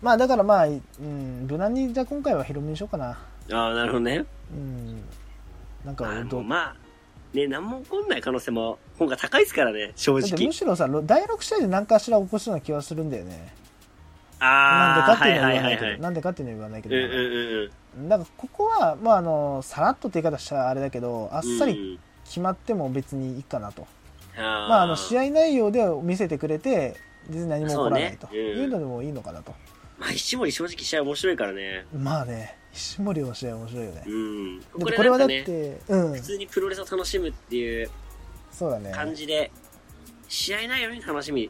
Speaker 3: まあだからまあ、うん、無難にじゃあ今回はヒロムにしようかな
Speaker 2: ああ、なるほどね。
Speaker 3: うんなんか
Speaker 2: あの、
Speaker 3: どう
Speaker 2: まあ、ね、なんも起こんない可能性も、本が高いですからね、正
Speaker 3: だって
Speaker 2: 直
Speaker 3: む。しろさろ第6試合で何かしら起こしそうな気はするんだよねなんで
Speaker 2: あ
Speaker 3: か
Speaker 2: あ、
Speaker 3: って
Speaker 2: はいいう
Speaker 3: のは
Speaker 2: はい
Speaker 3: 言わ
Speaker 2: は
Speaker 3: ない
Speaker 2: いはい。
Speaker 3: けど、なんでかっていうのは言わないけ
Speaker 2: うんうん
Speaker 3: ど、
Speaker 2: うん
Speaker 3: なんかここは、まあ、あのさらっとって言い方したらあれだけどあっ
Speaker 2: うん。
Speaker 3: さり決まっても別にいいかなと、
Speaker 2: うん。あ
Speaker 3: まあ、あの試合内容で見せてくれて別に何も起こらないと
Speaker 2: そうねうん
Speaker 3: いうのでもいいのかなと、
Speaker 2: まあ、石森正直試合面白いからね。
Speaker 3: まあね石森の試合面白いよね
Speaker 2: う、ん。
Speaker 3: だっ
Speaker 2: こ
Speaker 3: て
Speaker 2: れ
Speaker 3: これは
Speaker 2: は
Speaker 3: だ
Speaker 2: だ
Speaker 3: っ、
Speaker 2: ってて、
Speaker 3: うん
Speaker 2: 普通にプロレスを楽しむっていう
Speaker 3: そうだね
Speaker 2: 感じで、試合内容に楽しみ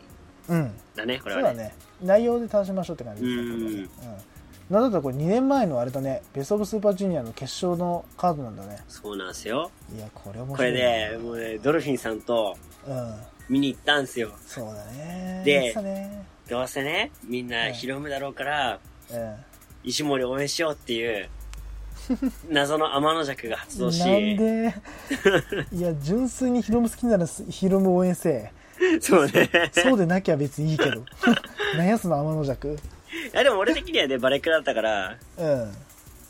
Speaker 3: うん
Speaker 2: だね、これ
Speaker 3: そう
Speaker 2: は
Speaker 3: だ
Speaker 2: ね。
Speaker 3: ね内容で楽しみましょうって感じですね
Speaker 2: うん
Speaker 3: これはねうんなんだったらこれ2年前のあれだねベスト・オブ・スーパージュニアの決勝のカードなんだね
Speaker 2: そうなんですよ。
Speaker 3: いやこれ面
Speaker 2: こ
Speaker 3: 白
Speaker 2: れ
Speaker 3: いな
Speaker 2: で、もうね、ドルフィンさんと
Speaker 3: うん
Speaker 2: 見に行ったんすよ。
Speaker 3: そうだね
Speaker 2: で
Speaker 3: やってたね
Speaker 2: どうせね、みん
Speaker 3: は
Speaker 2: ないヒロムだろうから、
Speaker 3: う
Speaker 2: 石森応援しようっていう、謎の天の弱が発動
Speaker 3: ん
Speaker 2: し、
Speaker 3: な んでいや純粋にヒロム好きならヒロム応援せ
Speaker 2: そうね。
Speaker 3: えそうでなきゃ別にいいけど悩すの天の弱
Speaker 2: いやでも俺的にはね、バレクラだったから、
Speaker 3: うん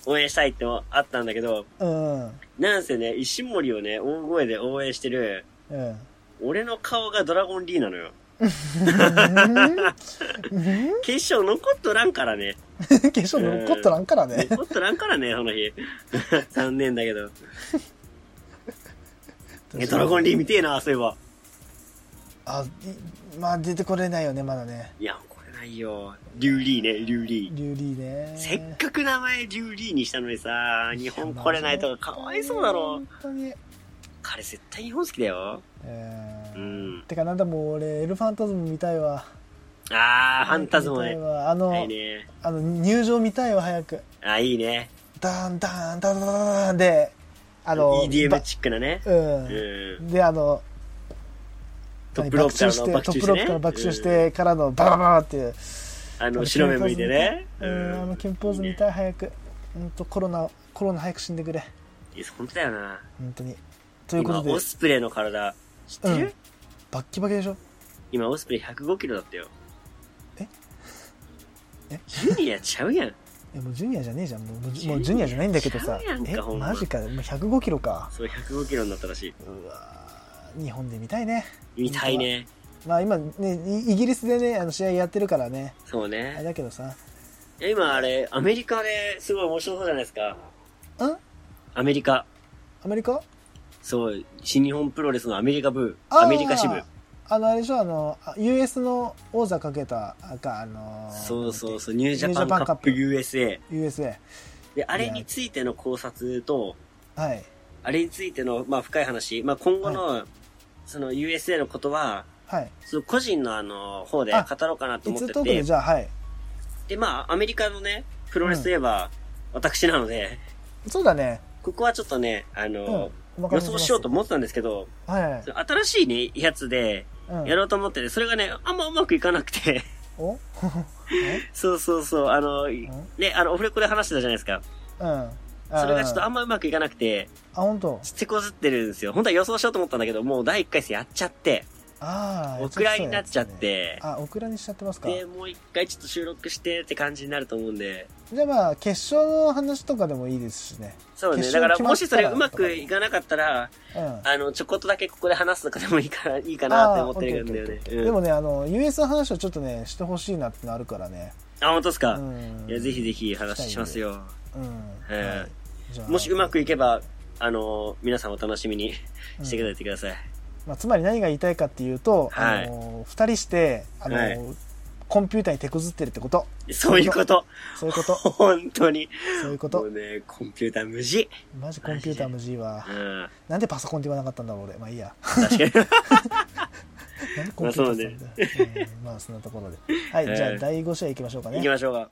Speaker 2: 応援したいってもあったんだけど、
Speaker 3: うん
Speaker 2: なんせね、石森をね、大声で応援してる、
Speaker 3: うん
Speaker 2: 俺の顔がドラゴンリーなのよ。決勝残っとらんからね。
Speaker 3: 決勝残っとらんからね。
Speaker 2: 残っとらんからね、その日。残念だけど。え、ドラゴンリー見てえな、そういえば。
Speaker 3: あ、いまあ出てこれないよね、まだね。
Speaker 2: いや、これないよ。リュウリーね、リュウリー。
Speaker 3: リュウリーね。
Speaker 2: せっかく名前リュウリーにしたのにさ、日本来れないとかかわいそうだろ
Speaker 3: 本。当に。
Speaker 2: 彼絶対日本好きだよ。
Speaker 3: えー
Speaker 2: うん
Speaker 3: てかなんだもう俺、エルファンタズム見たいわ。
Speaker 2: あー、ファンタズム
Speaker 3: 見たい
Speaker 2: ね。
Speaker 3: わ
Speaker 2: は
Speaker 3: あ
Speaker 2: い
Speaker 3: の、
Speaker 2: いね。
Speaker 3: あの、入場見たいわ、早く。
Speaker 2: あ、いいね。
Speaker 3: ダンダンダンダンダンで、あの、
Speaker 2: EDM
Speaker 3: ば
Speaker 2: チックなね。う。
Speaker 3: うんん。で、あの、
Speaker 2: トップロー
Speaker 3: 爆
Speaker 2: プからの爆
Speaker 3: 笑して、ト
Speaker 2: 笑し
Speaker 3: ップ
Speaker 2: て
Speaker 3: ロ
Speaker 2: ね
Speaker 3: ープから爆笑してからのバラバラっていう。
Speaker 2: あの、白目向いてね。
Speaker 3: うん、あの、キンポーズ見た
Speaker 2: い
Speaker 3: い、早く。うんと、コロナ、コロナ早く死んでくれ。
Speaker 2: いね。いや、本当だよな。
Speaker 3: 本当に。というこ
Speaker 2: 今、
Speaker 3: とで
Speaker 2: オ、スプレイの体、知って
Speaker 3: うん
Speaker 2: る
Speaker 3: バッキバキでしょ
Speaker 2: 今、オスプレイ105キロだったよ。
Speaker 3: ええ
Speaker 2: ジュニアちゃうやん。
Speaker 3: いやもうジュニアじゃねえじゃん。もうもうもうジュニアじゃないんだけどさ
Speaker 2: ジュニア。ちゃう
Speaker 3: え
Speaker 2: やんかほ、んま
Speaker 3: マジか。もう105キロか。
Speaker 2: そう、105キロになったらし
Speaker 3: うわー日本で見たいね。
Speaker 2: い。見たいね。
Speaker 3: まあ今ね、イイギリスでね、あの試合やってるからね。
Speaker 2: そう
Speaker 3: あれ
Speaker 2: ね。
Speaker 3: だけどさ。
Speaker 2: いや今、あれ、アメリカですごい面白そうじゃないですか。
Speaker 3: うん
Speaker 2: アメリカ。
Speaker 3: アメリカ
Speaker 2: そう、新日本プロレスのアメリカ部、
Speaker 3: あー
Speaker 2: アメリカ支部。
Speaker 3: あの、あれでしょ、あの、あ US の王座かけた、あか、あのー
Speaker 2: そうそうそう、
Speaker 3: な
Speaker 2: ニュ
Speaker 3: ん
Speaker 2: ージ
Speaker 3: だっけ
Speaker 2: ャパンカップ USA。
Speaker 3: USA。
Speaker 2: で、あれについての考察と、
Speaker 3: はい。
Speaker 2: あれについての、まあ、深い話、まあ、今後の、その USA のことは、
Speaker 3: はい。
Speaker 2: その個人のあの、方で
Speaker 3: あ
Speaker 2: 語ろうかなと
Speaker 3: い
Speaker 2: 思っ
Speaker 3: つ
Speaker 2: て
Speaker 3: トークで
Speaker 2: て
Speaker 3: じ、ゃあ、はい。
Speaker 2: で、まあ、アメリカのね、プロレスといえば、私なので、
Speaker 3: そうだね。
Speaker 2: ここはちょっとね、あの、
Speaker 3: うんお任
Speaker 2: 予
Speaker 3: せ
Speaker 2: 想しようと
Speaker 3: ま
Speaker 2: 思ってたんですけど、
Speaker 3: すはいはい
Speaker 2: そ。の新しいね、やつで、
Speaker 3: うん
Speaker 2: やろうと思ってて、それがね、あんまうまくいかなくて、
Speaker 3: お
Speaker 2: そうそうそう、あの、
Speaker 3: ん
Speaker 2: ね、あの、オフレコで話してたじゃないですか。
Speaker 3: うん。
Speaker 2: それがちょっとあ
Speaker 3: あ、
Speaker 2: んまうまくいかなくて、
Speaker 3: 本当。
Speaker 2: 手こずってるんですよ。本当は予想しようと思ったんだけど、もう第1回戦やっちゃって、
Speaker 3: ああ。
Speaker 2: オクラになっちゃっ
Speaker 3: やつね。
Speaker 2: て、
Speaker 3: あ、オクラにしちゃってますか。
Speaker 2: で、もう一回ちょっと収録してって感じになると思うんで、
Speaker 3: じゃあまあ、決勝の話とかでもいいですしね。
Speaker 2: そうね。
Speaker 3: 決
Speaker 2: だ
Speaker 3: 勝
Speaker 2: から、
Speaker 3: 決ま
Speaker 2: も
Speaker 3: っ
Speaker 2: したそ
Speaker 3: ら
Speaker 2: れうまくいかなかったら、
Speaker 3: うん。
Speaker 2: あの、ちょこっとだけここで話すとかでもいいから、いいかなって思ってるんだよ
Speaker 3: あーオ
Speaker 2: ね
Speaker 3: ッ。ケーオッケーオッケー
Speaker 2: うん
Speaker 3: でもね、あの、US の話をちょっとね、してほしいなってのあるからね。
Speaker 2: あ、本当です
Speaker 3: う
Speaker 2: か。
Speaker 3: ん。
Speaker 2: いや、ぜひぜひ話しますよ。
Speaker 3: うん。
Speaker 2: え
Speaker 3: はいじゃあ
Speaker 2: もしうまくいけば、あの、皆さんお楽しみにしてくださいください。
Speaker 3: まあ、つまり何が言いたいかっていうと、
Speaker 2: はい
Speaker 3: あの2人してあの、
Speaker 2: はい
Speaker 3: コンピューターに手こずってるってこと
Speaker 2: そういうこと。
Speaker 3: そうい うこと
Speaker 2: 本当に。
Speaker 3: そういうこ
Speaker 2: も
Speaker 3: と
Speaker 2: うね、コンピューター無事。
Speaker 3: マジコンピューター無事は
Speaker 2: うん。
Speaker 3: なんでパソコンって言わなかったんだろう俺まあいいや
Speaker 2: 確 かに。
Speaker 3: なんでコンピューターって言うんだようんまあそんなところではい、じゃあ
Speaker 2: ええ
Speaker 3: 第5試合いきましょうかね
Speaker 2: 行きましょうか。